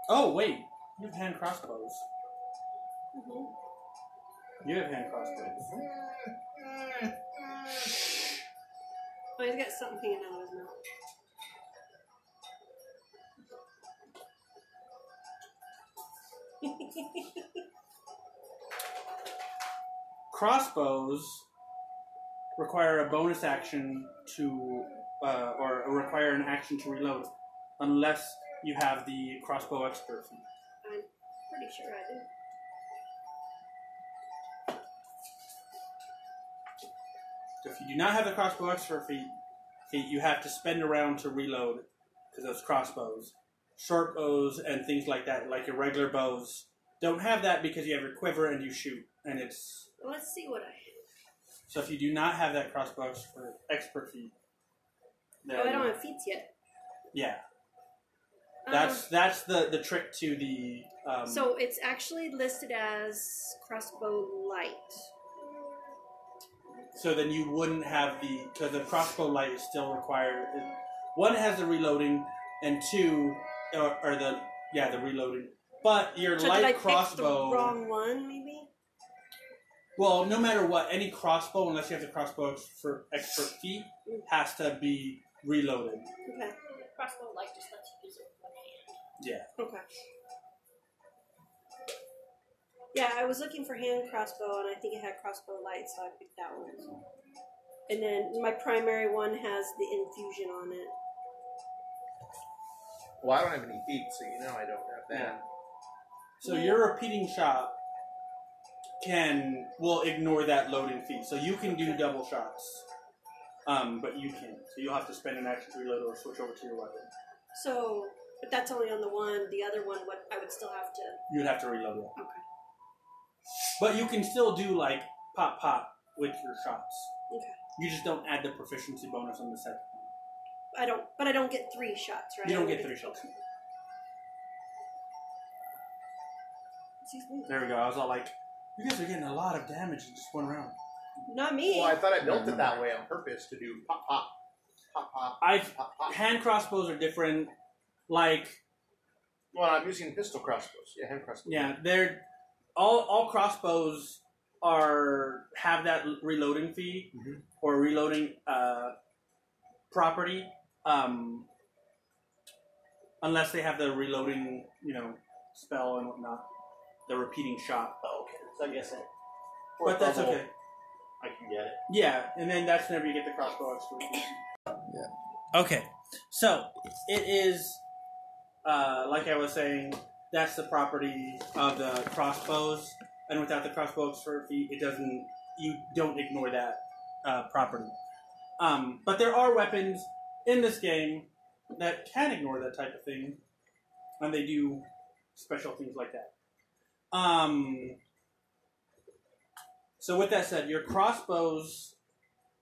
Oh wait, you have hand crossbows. hmm You have hand crossbows. Oh, he's got something hanging out of his mouth. Crossbows require a bonus action to, uh, or require an action to reload, unless you have the crossbow expert. feat. I'm pretty sure I do. So if you do not have the crossbow expert feat, feat you have to spend a round to reload because those crossbows, short bows, and things like that, like your regular bows, don't have that because you have your quiver and you shoot, and it's Let's see what I have. so. If you do not have that crossbow expert, expert feat, Oh, I then- don't have Uh-huh. feats yet. Yeah, Um, that's that's the the trick to the. Um, Oh. so it's actually listed as crossbow light. So then you wouldn't have the because the crossbow light is still required. One it has the reloading, and two, or, or the yeah the reloading. But your So light did I pick crossbow. the wrong one, maybe? Well, no matter what, any crossbow, unless you have the crossbow for expert feat, has to be reloaded. Okay. The crossbow light just lets you use it with one hand. Okay. Yeah, I was looking for hand crossbow, and I think it had crossbow light, so I picked that one. as well. And then my primary one has the infusion on it. Well, I don't have any feet, so you know I don't have that. So your repeating shot can will ignore that loading feat. So you can do Okay. double shots, um, but you can't. So you'll have to spend an action to reload or switch over to your weapon. So, but that's only on the one. The other one, what I would still have to. You'd have to reload it. Okay. But you can still do like pop pop with your shots. Okay. You just don't add the proficiency bonus on the second one. I don't, but I don't get three shots, right? You don't I get only three shots. Excuse me. There we go. I was all like, you guys are getting a lot of damage in just one round. Not me. Well, I thought I built it that way on purpose to do pop pop, pop pop, I pop pop. hand crossbows are different. Like Well, I'm using pistol crossbows. Yeah, hand crossbows. yeah, they're all all crossbows are have that reloading fee Mm-hmm. Mhm. or reloading uh, property, um, unless they have the reloading, you know, spell and whatnot, the repeating shot. Oh, okay. So I'm guessing. But that's level, okay. I can get it. Yeah, and then that's whenever you get the crossbow expertise. Yeah. Okay, so it is, uh, like I was saying, that's the property of the crossbows, and without the crossbow expert fee, it doesn't. You don't ignore that uh, property. Um, but there are weapons in this game that can ignore that type of thing, and they do special things like that. Um, so with that said, your crossbows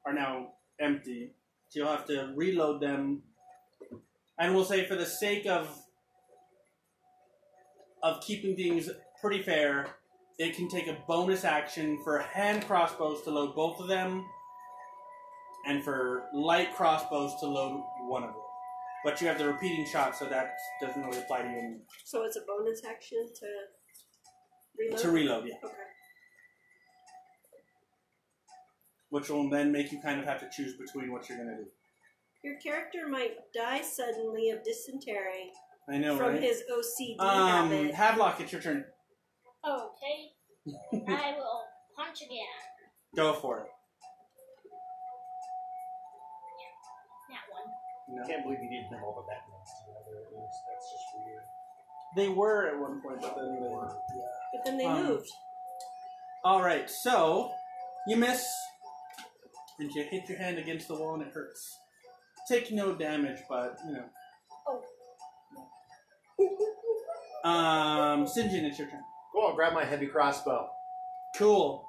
are now empty. So you'll have to reload them. And we'll say for the sake of of keeping things pretty fair, it can take a bonus action for hand crossbows to load both of them and for light crossbows to load one of them. But you have the repeating shot, so that doesn't really apply to you anymore. So it's a bonus action to reload. to reload, yeah. okay. Which will then make you kind of have to choose between what you're gonna do. Your character might die suddenly of dysentery I know, from right? his OCD Um, habit. Havelock, it's your turn. Okay. I will punch again. Go for it. That one. No. I can't believe you didn't have all the Batmans together. It was, that's just weird. They were at one point, but then they but then they um, moved. All right, so you miss, and you hit your hand against the wall, and it hurts. Take no damage, but you know. Oh. Um, Sinjin, it's your turn. Go on, grab my heavy crossbow. Cool.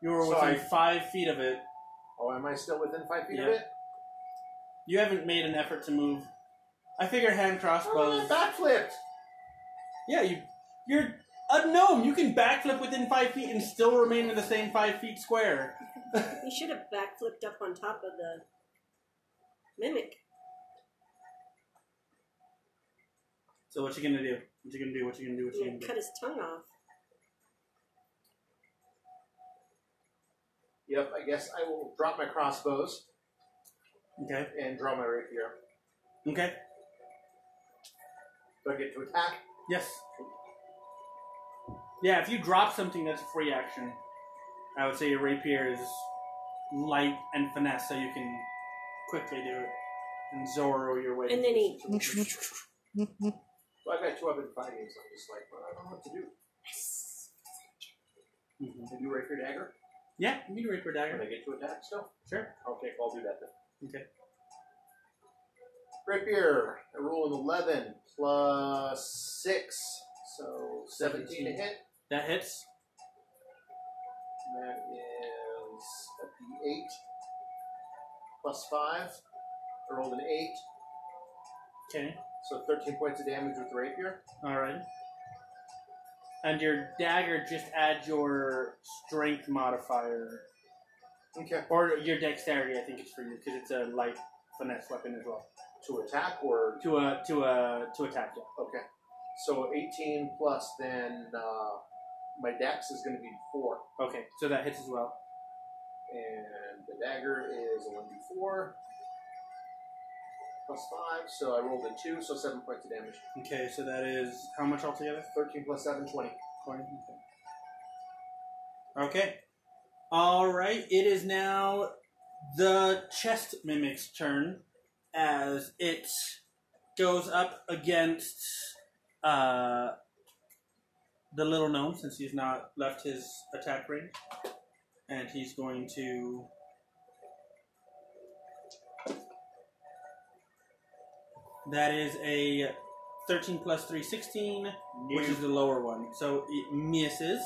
You're So within I- five feet of it. Oh, am I still within five feet Yeah. of it? You haven't made an effort to move. I figure hand crossbows. Oh, that backflipped. Yeah, you, you're a gnome. You can backflip within five feet and still remain in the same five feet square. You should have backflipped up on top of the mimic. So what you gonna do? What you gonna do? What you gonna do? What you gonna You do? cut his tongue off. Yep, I guess I will drop my crossbows Okay. and draw my rapier. Okay. Do I get to attack? Yes. Yeah, if you drop something that's a free action, I would say your rapier is light and finesse, so you can quickly do it and Zorro your way. And into then he- the situation. Well, I got two up in five games. I'm just like, well, I don't know what to do. Mhm. Can you rapier dagger? Yeah, you can rapier Can dagger. I get to attack still? Sure. Okay, I'll do that then. Okay. Rapier. I roll an 11 plus 6. So 17 to hit. That hits. That is a D8 plus 5. I rolled an 8, Okay. so 13 points of damage with the rapier. All right. And your dagger, just add your strength modifier Okay. or your dexterity. I think it's for you because it's a light finesse weapon as well. To attack or. To a to a to attack. Yeah. Okay. So 18 plus then uh, my dex is going to be 4. Okay, so that hits as well. And the dagger is a 1d4 plus 5, so I rolled a 2, so 7 points of damage. Okay, so that is how much altogether? 13 plus 7, 20. Twenty. Okay. Okay. All right. It is now the chest mimic's turn as it goes up against uh, the little gnome since he's not left his attack range, and he's going to. That is a 13 plus 3, 16 which is the lower one. So it misses.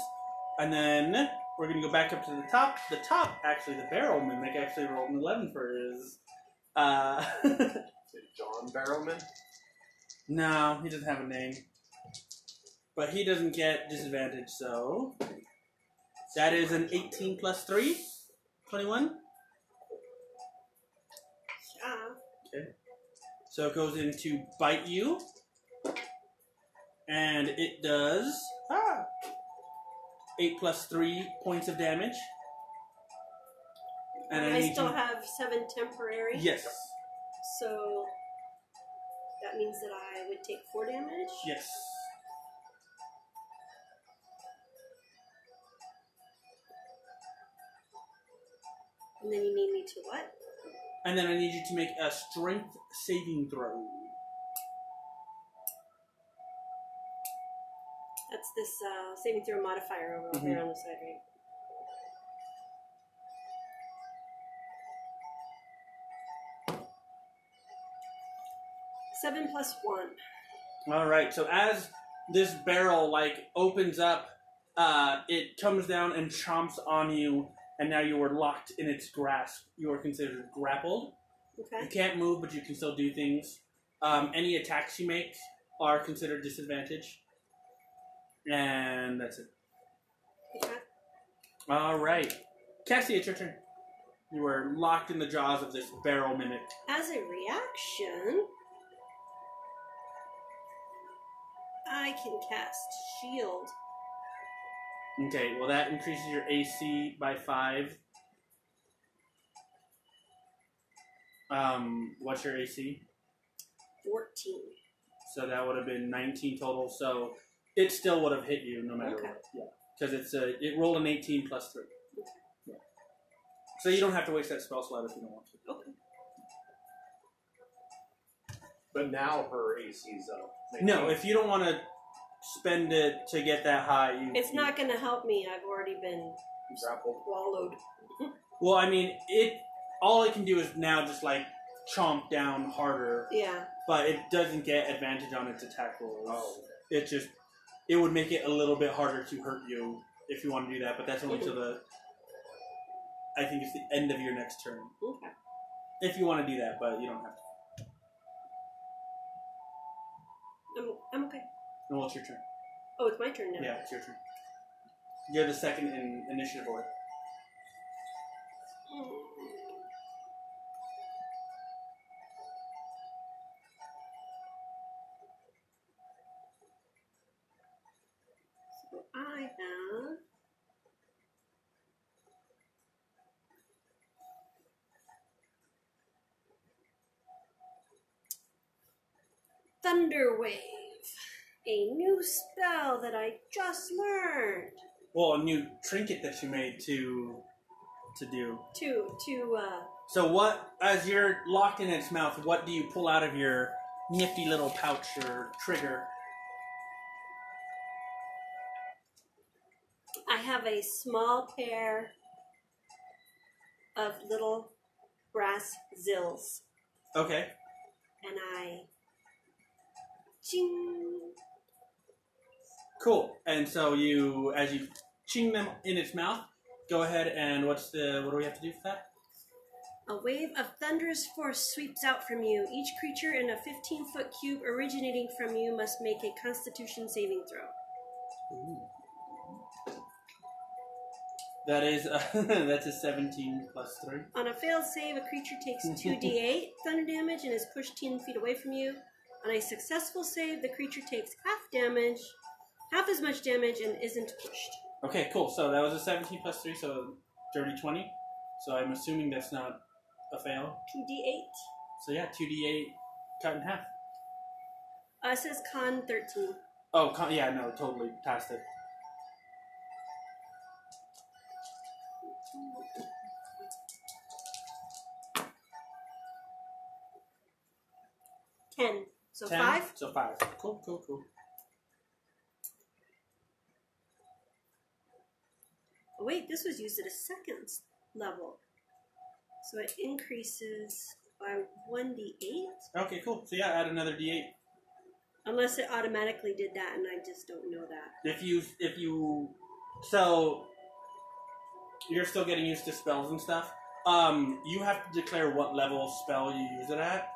And then we're going to go back up to the top. The top, actually, the barrel mimic actually rolled an 11 for his. Uh, Is it John Barrowman? no, he doesn't have a name. But he doesn't get disadvantage, so. That is an 18 plus 3. 21. Yeah. So it goes in to bite you. And it does. Ah! eight plus three points of damage. And I, I need still you- have seven temporary. Yes, So that means that I would take four damage. yes. And then you need me to what? And then I need you to make a strength saving throw. That's this uh, saving throw modifier over Mhm. here on the side, right? Seven plus one. All right. So as this barrel like opens up, uh, it comes down and chomps on you, and now you are locked in its grasp. You are considered grappled. You Okay. can't move, but you can still do things. Um, any attacks you make are considered disadvantage. And that's it. Okay. All right. Cassie, it's your turn. You are locked in the jaws of this barrel mimic. As a reaction, I can cast shield. Okay, well, that increases your AC by five. Um, what's your AC? Fourteen. So that would have been 19 total. So it still would have hit you no matter Okay. what. Yeah. Because it's a it rolled an 18 plus three. Yeah. So you don't have to waste that spell slot if you don't want to. But now her AC is up. No, if you don't want to spend it to get that high, you. It's you- not going to help me. I've already been grappled. wallowed. Well, I mean, it. All it can do is now just like chomp down harder, Yeah. but it doesn't get advantage on its attack rolls. Oh, It just it would make it a little bit harder to hurt you if you want to do that, but that's only to the. I think it's the end of your next turn. Okay. If you want to do that, but you don't have to. I'm, I'm okay. And well, it's your turn. Oh, it's my turn now. Yeah, it's your turn. You're the second in initiative order. So I have. Thunder Wave, a new spell that I just learned Well, a new trinket that you made to to do. to to uh, So what, as you're locked in its mouth, what do you pull out of your nifty little pouch or trigger? I have a small pair of little brass zills, Okay. and I ching. Cool. And so you, as you ching them in its mouth, go ahead and what's the, what do we have to do for that? A wave of thunderous force sweeps out from you. Each creature in a 15 foot cube originating from you must make a constitution saving throw. That is, a, that's a 17 plus 3. On a failed save, a creature takes 2d8 thunder damage and is pushed 10 feet away from you. On a successful save, the creature takes half damage, half as much damage, and isn't pushed. Okay, cool. So that was a 17 plus 3, so dirty 20. So I'm assuming that's not a fail. 2d8. So yeah, 2d8 cut in half. Uh, it says con 13. Oh, con- yeah, no, totally passed it. Ten. So 10, five? So 5. Cool, cool, cool. Oh, wait, this was used at a second s- level. So it increases by 1d8? Okay, cool. So yeah, add another d8. Unless it automatically did that and I just don't know that. If you if you so you're still getting used to spells and stuff. Um, you have to declare what level spell you use it at.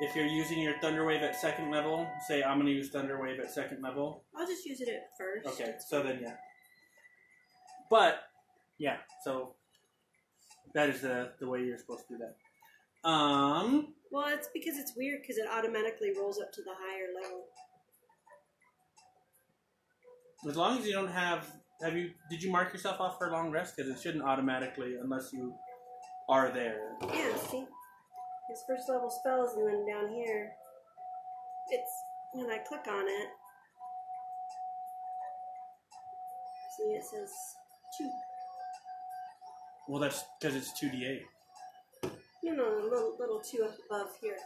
If you're using your thunder wave at second level, say I'm gonna use thunder wave at second level. I'll just use it at first. Okay, so then yeah. But yeah, so that is the the way you're supposed to do that. Um, Well, it's because it's weird because it automatically rolls up to the higher level. as long as you don't have Have you? Did you mark yourself off for a long rest? Because it shouldn't automatically unless you are there. Yeah, see? His first level spells, and then down here, it's when I click on it. See, it says two. Well, that's because it's two d eight. No, no, a little, little two up above here.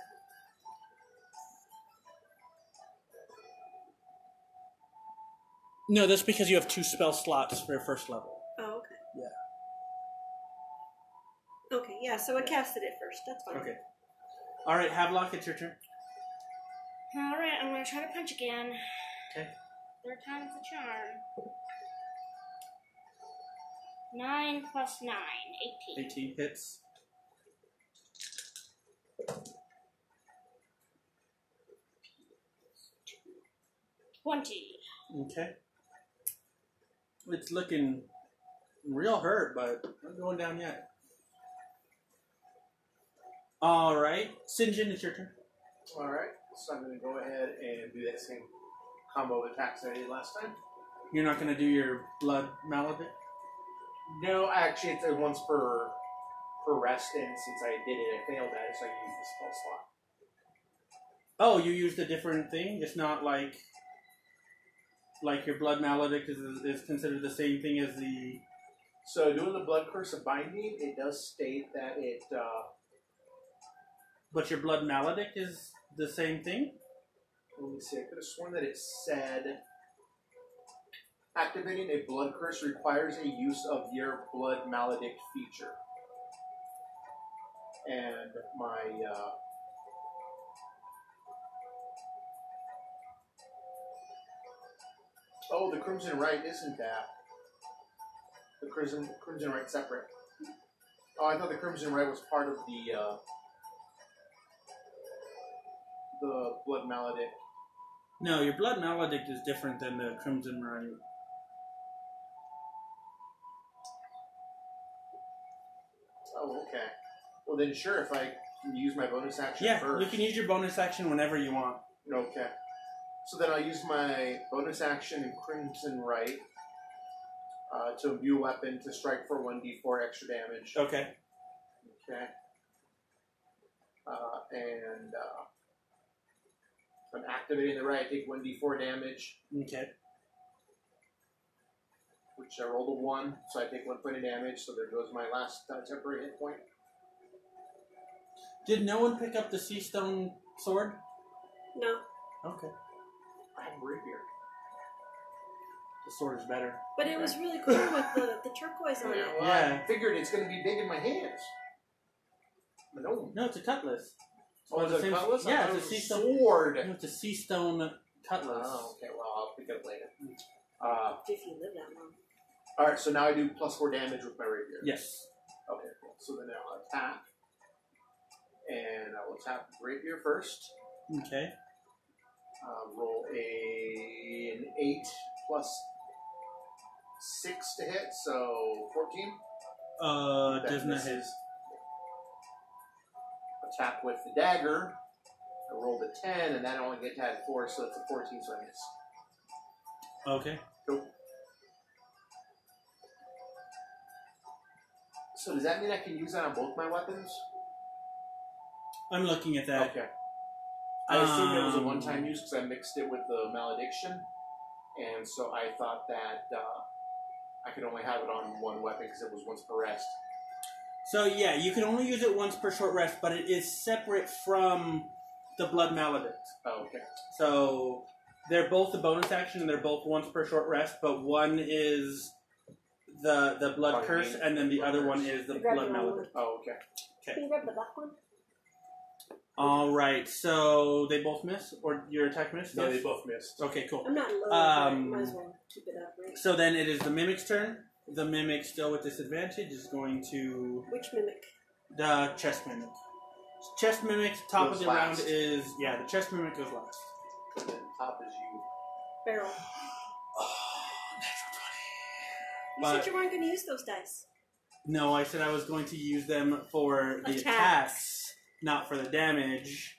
No, that's because you have two spell slots for your first level. Oh, okay. Yeah. Okay, yeah, so I casted it first. That's fine. Okay. All right, Havelock, it's your turn. All right, I'm gonna try to punch again. 'Kay. Third time's the charm. Nine plus nine, eighteen. Eighteen hits. Twenty. Okay. It's looking real hurt, but not going down yet. All right, Sinjin, it's your turn. All right, so I'm going to go ahead and do that same combo of attacks that I did last time. You're not gonna do your blood maledict. No, actually, it's a once per per rest, and since I did it, I failed at it, so I used the spell slot. Oh, you used a different thing. It's not like like your blood maledict is, is considered the same thing as the. So doing the blood curse of binding, it does state that it. Uh, But your blood maledict is the same thing. let me see. I could have sworn that it said activating a blood curse requires a use of your blood maledict feature. And my. Uh, Oh, the Crimson Rite isn't that. The Crimson Crimson Rite separate. Oh, I thought the Crimson Rite was part of the uh, the Blood Maledict. No, your blood maledict is different than the crimson rite. Oh, okay. Well, then sure, if I can use my bonus action Yeah, first. you can use your bonus action whenever you want. Okay. So then I'll use my bonus action in Crimson Right uh, to imbue weapon to strike for 1d4 extra damage. Okay. Okay. Uh, and uh, I'm activating the right. I take 1d4 damage, Okay. which I rolled a 1, so I take 1 point of damage, so there goes my last uh, temporary hit point. Did no one pick up the sea stone sword? No, Okay. I have rapier. The sword is better. but it was really cool with the, the turquoise on it. Well, Yeah. I figured it's going to be big in my hands. But no, No, it's a cutlass. Oh, Well, is it the a same- cutlass? I yeah, thought it's a it was sea No, sword. it's a sea stone cutlass. Oh, okay. Well, I'll pick it up later. Uh, If you live that long. all right. So now I do plus four damage with my rapier. Yes. Okay. Cool. So then I'll attack, and I will attack with rapier first. Okay. Uh, roll a an eight plus six to hit, so fourteen. Uh, That doesn't that hit? misses. Attack with the dagger. I rolled a ten, and that only get to add four, so that's a fourteen. So I miss. Okay. So does that mean I can use that on both my weapons? I'm looking at that. Okay. I assumed it was a Um, one-time use because I mixed it with the malediction, and so I thought that uh, I could only have it on one weapon because it was once per rest. So yeah, you can only use it once per short rest, but it is separate from the blood maledict. Oh, okay. So they're both a bonus action and they're both once per short rest, but one is the the blood Pardon curse me? and then the Blood other curse. one is the Grab blood the maledict. Oh, okay. Can you grab the black one? All right, so they both miss, or your attack miss? No, Yes? they both missed. Okay, cool. I'm not low. Um, but I might as well keep it up, right? So then it is the mimic's turn. The mimic, still with disadvantage, is going to Which mimic? the chest mimic. Chest mimic, top of Goes the last. round is yeah. The chest mimic goes last. And then top is you. Barrel. You But- said you weren't going to use those dice. No, I said I was going to use them for the Attacks. attacks, not for the damage.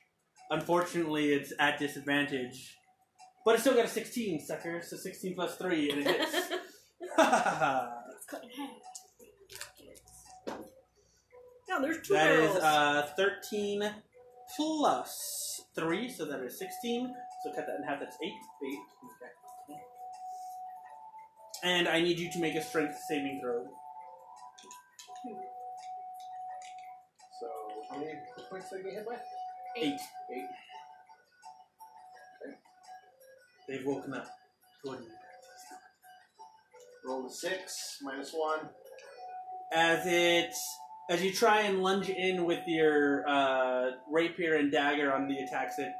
Unfortunately, it's at disadvantage. But it still got a 16, sucker. So 16 plus 3, and it hits. that No, there's two is barrels. uh, 13 plus 3, so that is 16. So cut that in half, that's 8. 8. Okay. And I need you to make a strength saving throw. So, how many points did I get hit by? 8. 8. Eight. They've woken up. Good. Roll a six, minus one. as it as you try and lunge in with your uh, rapier and dagger on the attacks, it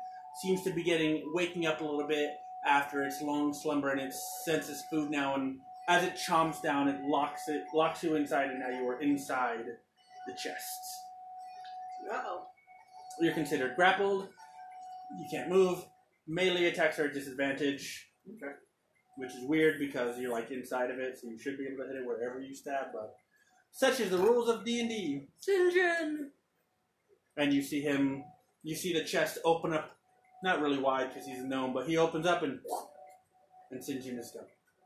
seems to be getting waking up a little bit after its long slumber, and it senses food now. And as it chomps down, it locks it locks you inside, and now you are inside the chest. Uh oh. You're considered grappled. You can't move. Melee attacks are at disadvantage, Okay. which is weird because you're like inside of it, so you should be able to hit it wherever you stab. But such is the rules of D and D. Sinjin! and you see him you see the chest open up not really wide because he's a gnome but he opens up and and Sinjin is done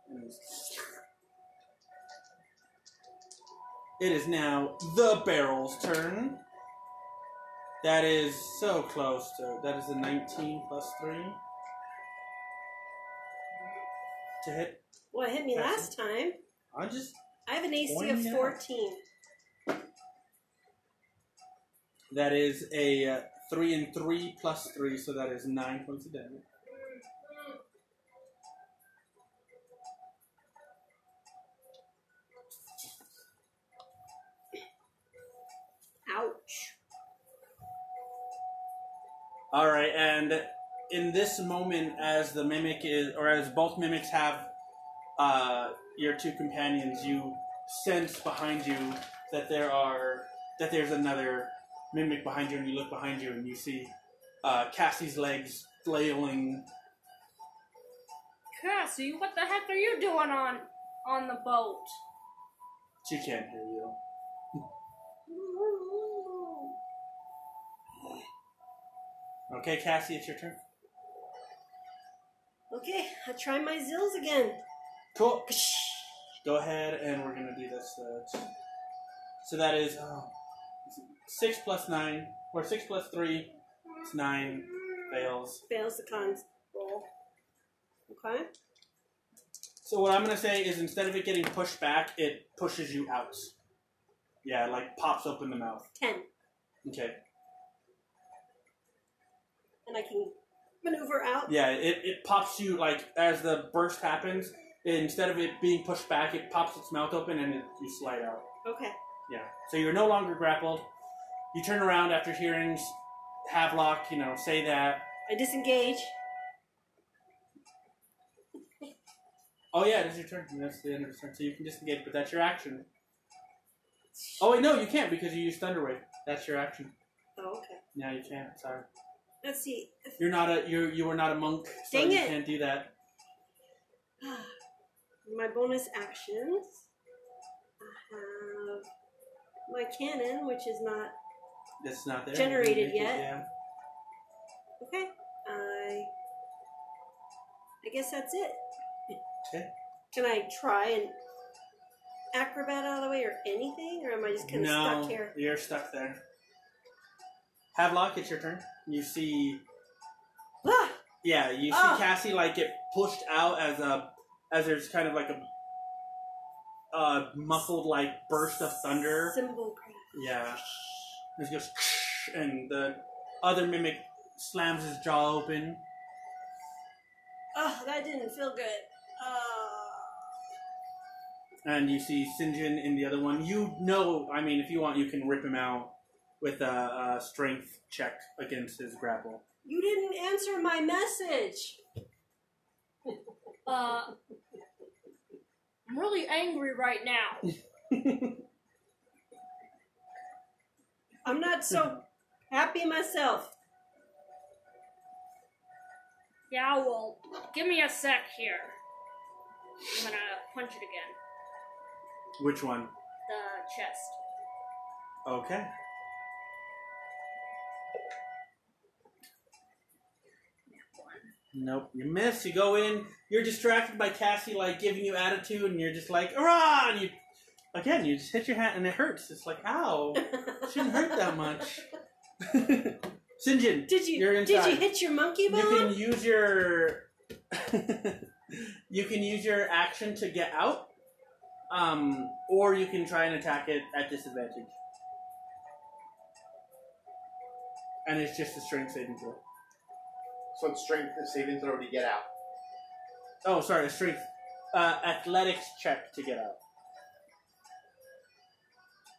And he's- it is now the barrel's turn that is so close to that is a 19 plus 3 to hit Well, it hit me last time. i just I have an AC Pointing of it out. 14. that is a uh, 3 and 3 plus 3 so that is 9 points of damage Ouch. All right, and in this moment, as the mimic is, or as both mimics have uh, your two companions, you sense behind you that there are that there's another mimic behind you, and you look behind you and you see uh, Cassie's legs flailing. Cassie, what the heck are you doing on on the boat? She can't hear you. Okay, Cassie, it's your turn. Okay, I try my zills again. Cool. Go ahead, and we're gonna do this. Uh, so that is oh, six plus nine, or six plus three. It's nine fails. Fails the cons roll. Okay. So what I'm gonna say is instead of it getting pushed back, it pushes you out. Yeah, it, like pops open the mouth. 10. Okay. And I can maneuver out. Yeah, it, it pops you like as the burst happens. Instead of it being pushed back, it pops its mouth open and it, you slide out. Okay. Yeah. So you're no longer grappled. You turn around after hearing s- Havelock, you know, say that. I disengage. Oh yeah, it is your turn. That's the end of your turn. So you can disengage, but that's your action. Oh wait, no, you can't because you used Thunder Wave. That's your action. Oh, okay. Yeah, you can't. Sorry, Let's see. you're not a you. You were not a monk, so Dang you it. can't do that. My bonus actions. I have my cannon, which is not That's not there. Generated You can make yet. it, Yeah. okay. I I guess that's it. Okay. Can I try and acrobat out of the way or anything, or am I just kind of no, stuck here? you're stuck there. Havelock, it's your turn. You see Ah! Yeah, you see Ah. Cassie like get pushed out as a as there's kind of like a uh muffled like burst of thunder. Symbol crash. Yeah. It goes and the other mimic slams his jaw open. Oh, that didn't feel good. Uh, And you see Sinjin in the other one. You know, I mean, if you want, you can rip him out with a, a strength check against his grapple. you didn't answer my message. Uh, I'm really angry right now. I'm not so happy myself. Yeah, well, give me a sec here. I'm gonna punch it again. Which one? The chest. Okay. Nope, you miss. You go in. You're distracted by Cassie like giving you attitude, and you're just like, "Hurrah!" And you, again, you just hit your hat, and it hurts. It's like, "Ow, shouldn't hurt that much." Sinjin, Did you You're did you inside. hit your monkey you bone? can use your you can use your action to get out, um, or you can try and attack it at disadvantage. And it's just a strength saving throw. So it's strength saving throw to get out. Oh, sorry, a strength uh, athletics check to get out.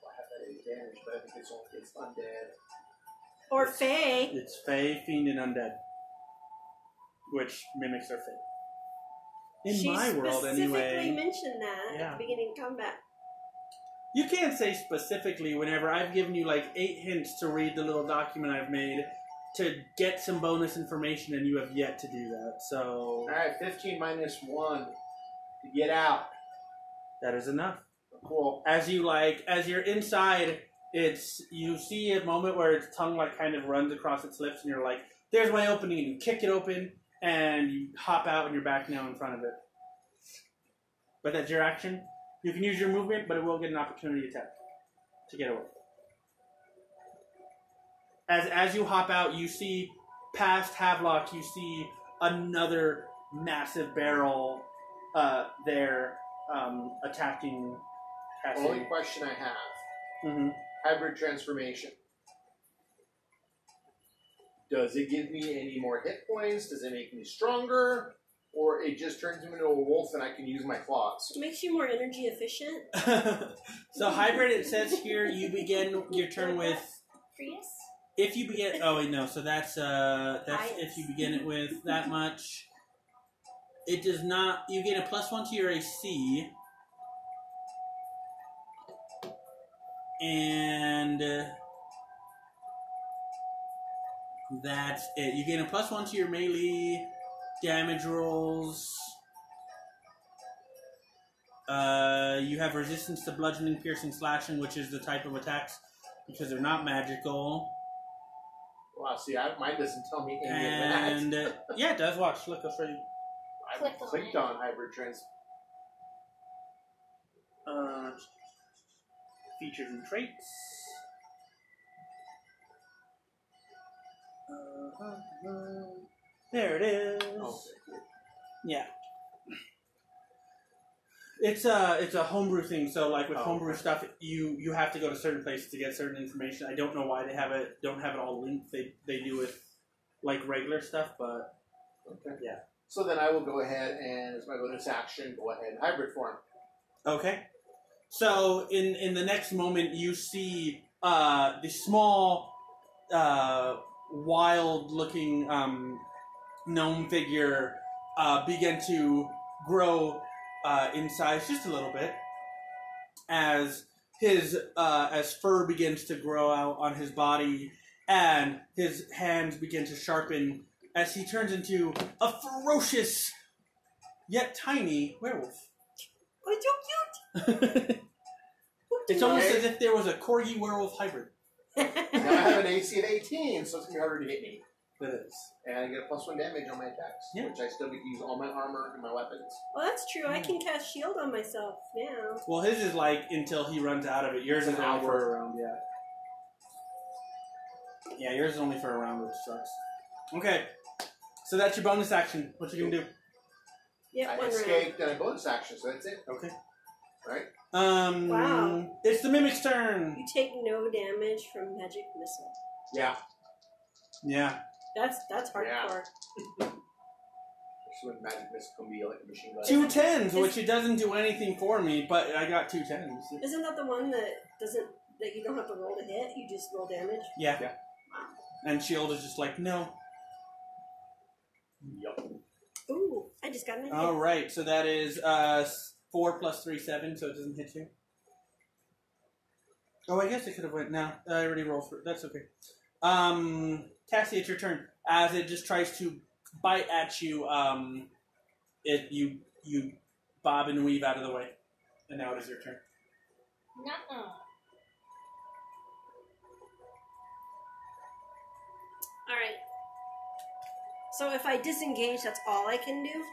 I have that advantage, but I think it's only it's undead. Or Faye? It's Fey, Fiend, and Undead. Which mimics their fate. In she my world, specifically anyway. mentioned that at Yeah. the beginning of combat. You can't say specifically whenever I've given you like eight hints to read the little document I've made to get some bonus information, and you have yet to do that. So All right, fifteen minus one to get out. that is enough. Cool. as you like as you're inside it's you see a moment where its tongue like kind of runs across its lips and you're like there's my opening and you kick it open and you hop out and you're back now in front of it but that's your action you can use your movement but it will get an opportunity attack to get away as as you hop out you see past havelock you see another massive barrel uh, there um, attacking Cassie. Only question I have: Mm-hmm. hybrid transformation. Does it give me any more hit points? Does it make me stronger? Or it just turns me into a wolf and I can use my claws? It makes you more energy efficient. so hybrid, it says here you begin your turn with Prius? if you begin. Oh wait, no. So that's uh that's Bias. if you begin it with that much. It does not. You get a plus one to your AC. And uh, that's it. You gain a plus one to your melee damage rolls. Uh, you have resistance to bludgeoning, piercing, slashing, which is the type of attacks because they're not magical. Wow, see, I, mine doesn't tell me any of that. And uh, yeah, it does. Watch, look, I'll show you. I Click on clicked it. on hybrid trans. Uh, features and traits. Uh, there it is. Oh, Yeah. It's a it's a homebrew thing. So like with Oh. homebrew stuff, you you have to go to certain places to get certain information. I don't know why they have it don't have it all linked. They they do with like regular stuff, but okay. Yeah. So then I will go ahead and, as my bonus action, go ahead and hybrid form. Okay. So in in the next moment, you see uh, the small, uh, wild-looking um, gnome figure uh, begin to grow uh, in size just a little bit as his uh, as fur begins to grow out on his body and his hands begin to sharpen as he turns into a ferocious yet tiny werewolf. Oh, it's it's so cute. almost as if there was a corgi werewolf hybrid. Now I have an AC of 18, so it's going to be harder to hit me. That is. And I get a plus one damage on my attacks, Yeah. which I still get to use all my armor and my weapons. well, that's true. I can cast shield on myself now. Well, his is like until he runs out of it. Yours It's is an only hour. for a round, yeah. Yeah, yours is only for a round, which sucks. Okay, so that's your bonus action. What you gonna do? Yeah, I one round. escaped and I bonus action, so that's it. Okay. Right. Um, Wow. It's the mimic's turn. You take no damage from magic missile. Yeah. Yeah. That's that's Yeah. hardcore. Just when magic missile can be like a machine gun. Two tens, which it doesn't do anything for me, but I got two tens. Isn't that the one that doesn't that you don't have to roll to hit? You just roll damage. Yeah. Yeah. And Shield is just like, no, Yup. Ooh, I just got an idea. All right, so that is uh, s- four plus three, seven, so it doesn't hit you. Oh, I guess it could have went. No, I already rolled for. That's okay. Um, Cassie, it's your turn. As it just tries to bite at you, um, it you you bob and weave out of the way, and now it is your turn. Nuh-uh. Alright. So if I disengage, that's all I can do.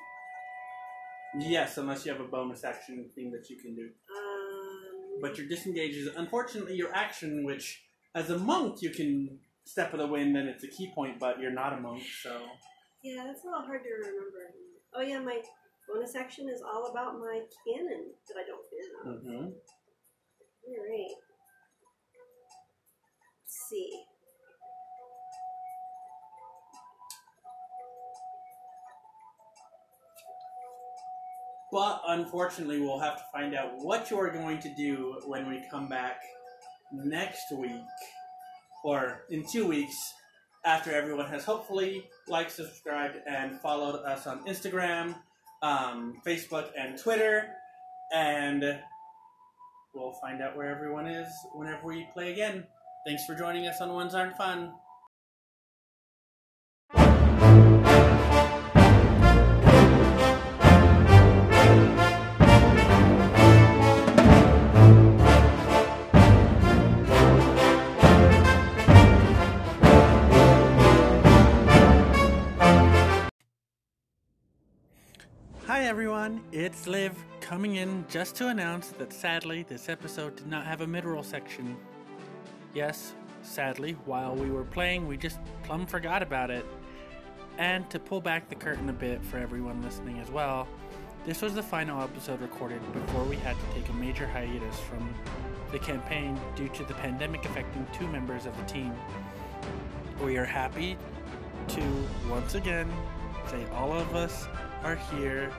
Yes, unless you have a bonus action thing that you can do. Um, But your disengage is unfortunately your action, which as a monk you can step of the wind and it's a key point, but you're not a monk, so yeah, that's a little hard to remember. Oh yeah, my bonus action is all about my cannon that I don't do. Mhm. All right. Let's see. But unfortunately, we'll have to find out what you are going to do when we come back next week, or in two weeks, after everyone has hopefully liked, subscribed, and followed us on Instagram, um, Facebook, and Twitter. And we'll find out where everyone is whenever we play again. Thanks for joining us on Ones Aren't Fun. Hi everyone, it's Liv coming in just to announce that sadly this episode did not have a midroll section. Yes, sadly, while we were playing, we just plumb forgot about it. And to pull back the curtain a bit for everyone listening as well, this was the final episode recorded before we had to take a major hiatus from the campaign due to the pandemic affecting two members of the team. We are happy to once again say all of us are here.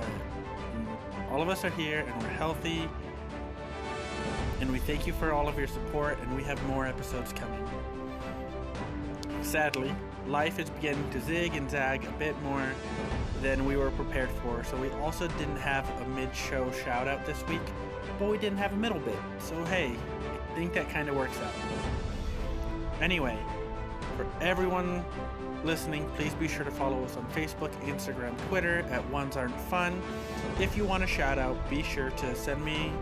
uh, all of us are here and we're healthy. And we thank you for all of your support, and we have more episodes coming. Sadly, life is beginning to zig and zag a bit more than we were prepared for, so we also didn't have a mid show shout out this week, but we didn't have a middle bit. So, hey, I think that kind of works out. Anyway, for everyone listening, please be sure to follow us on Facebook, Instagram, Twitter at Ones Aren't Fun. If you want a shout out, be sure to send me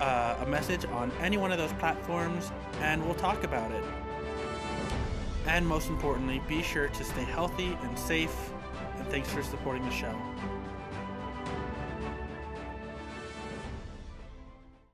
uh, a message on any one of those platforms and we'll talk about it. And most importantly, be sure to stay healthy and safe. And thanks for supporting the show.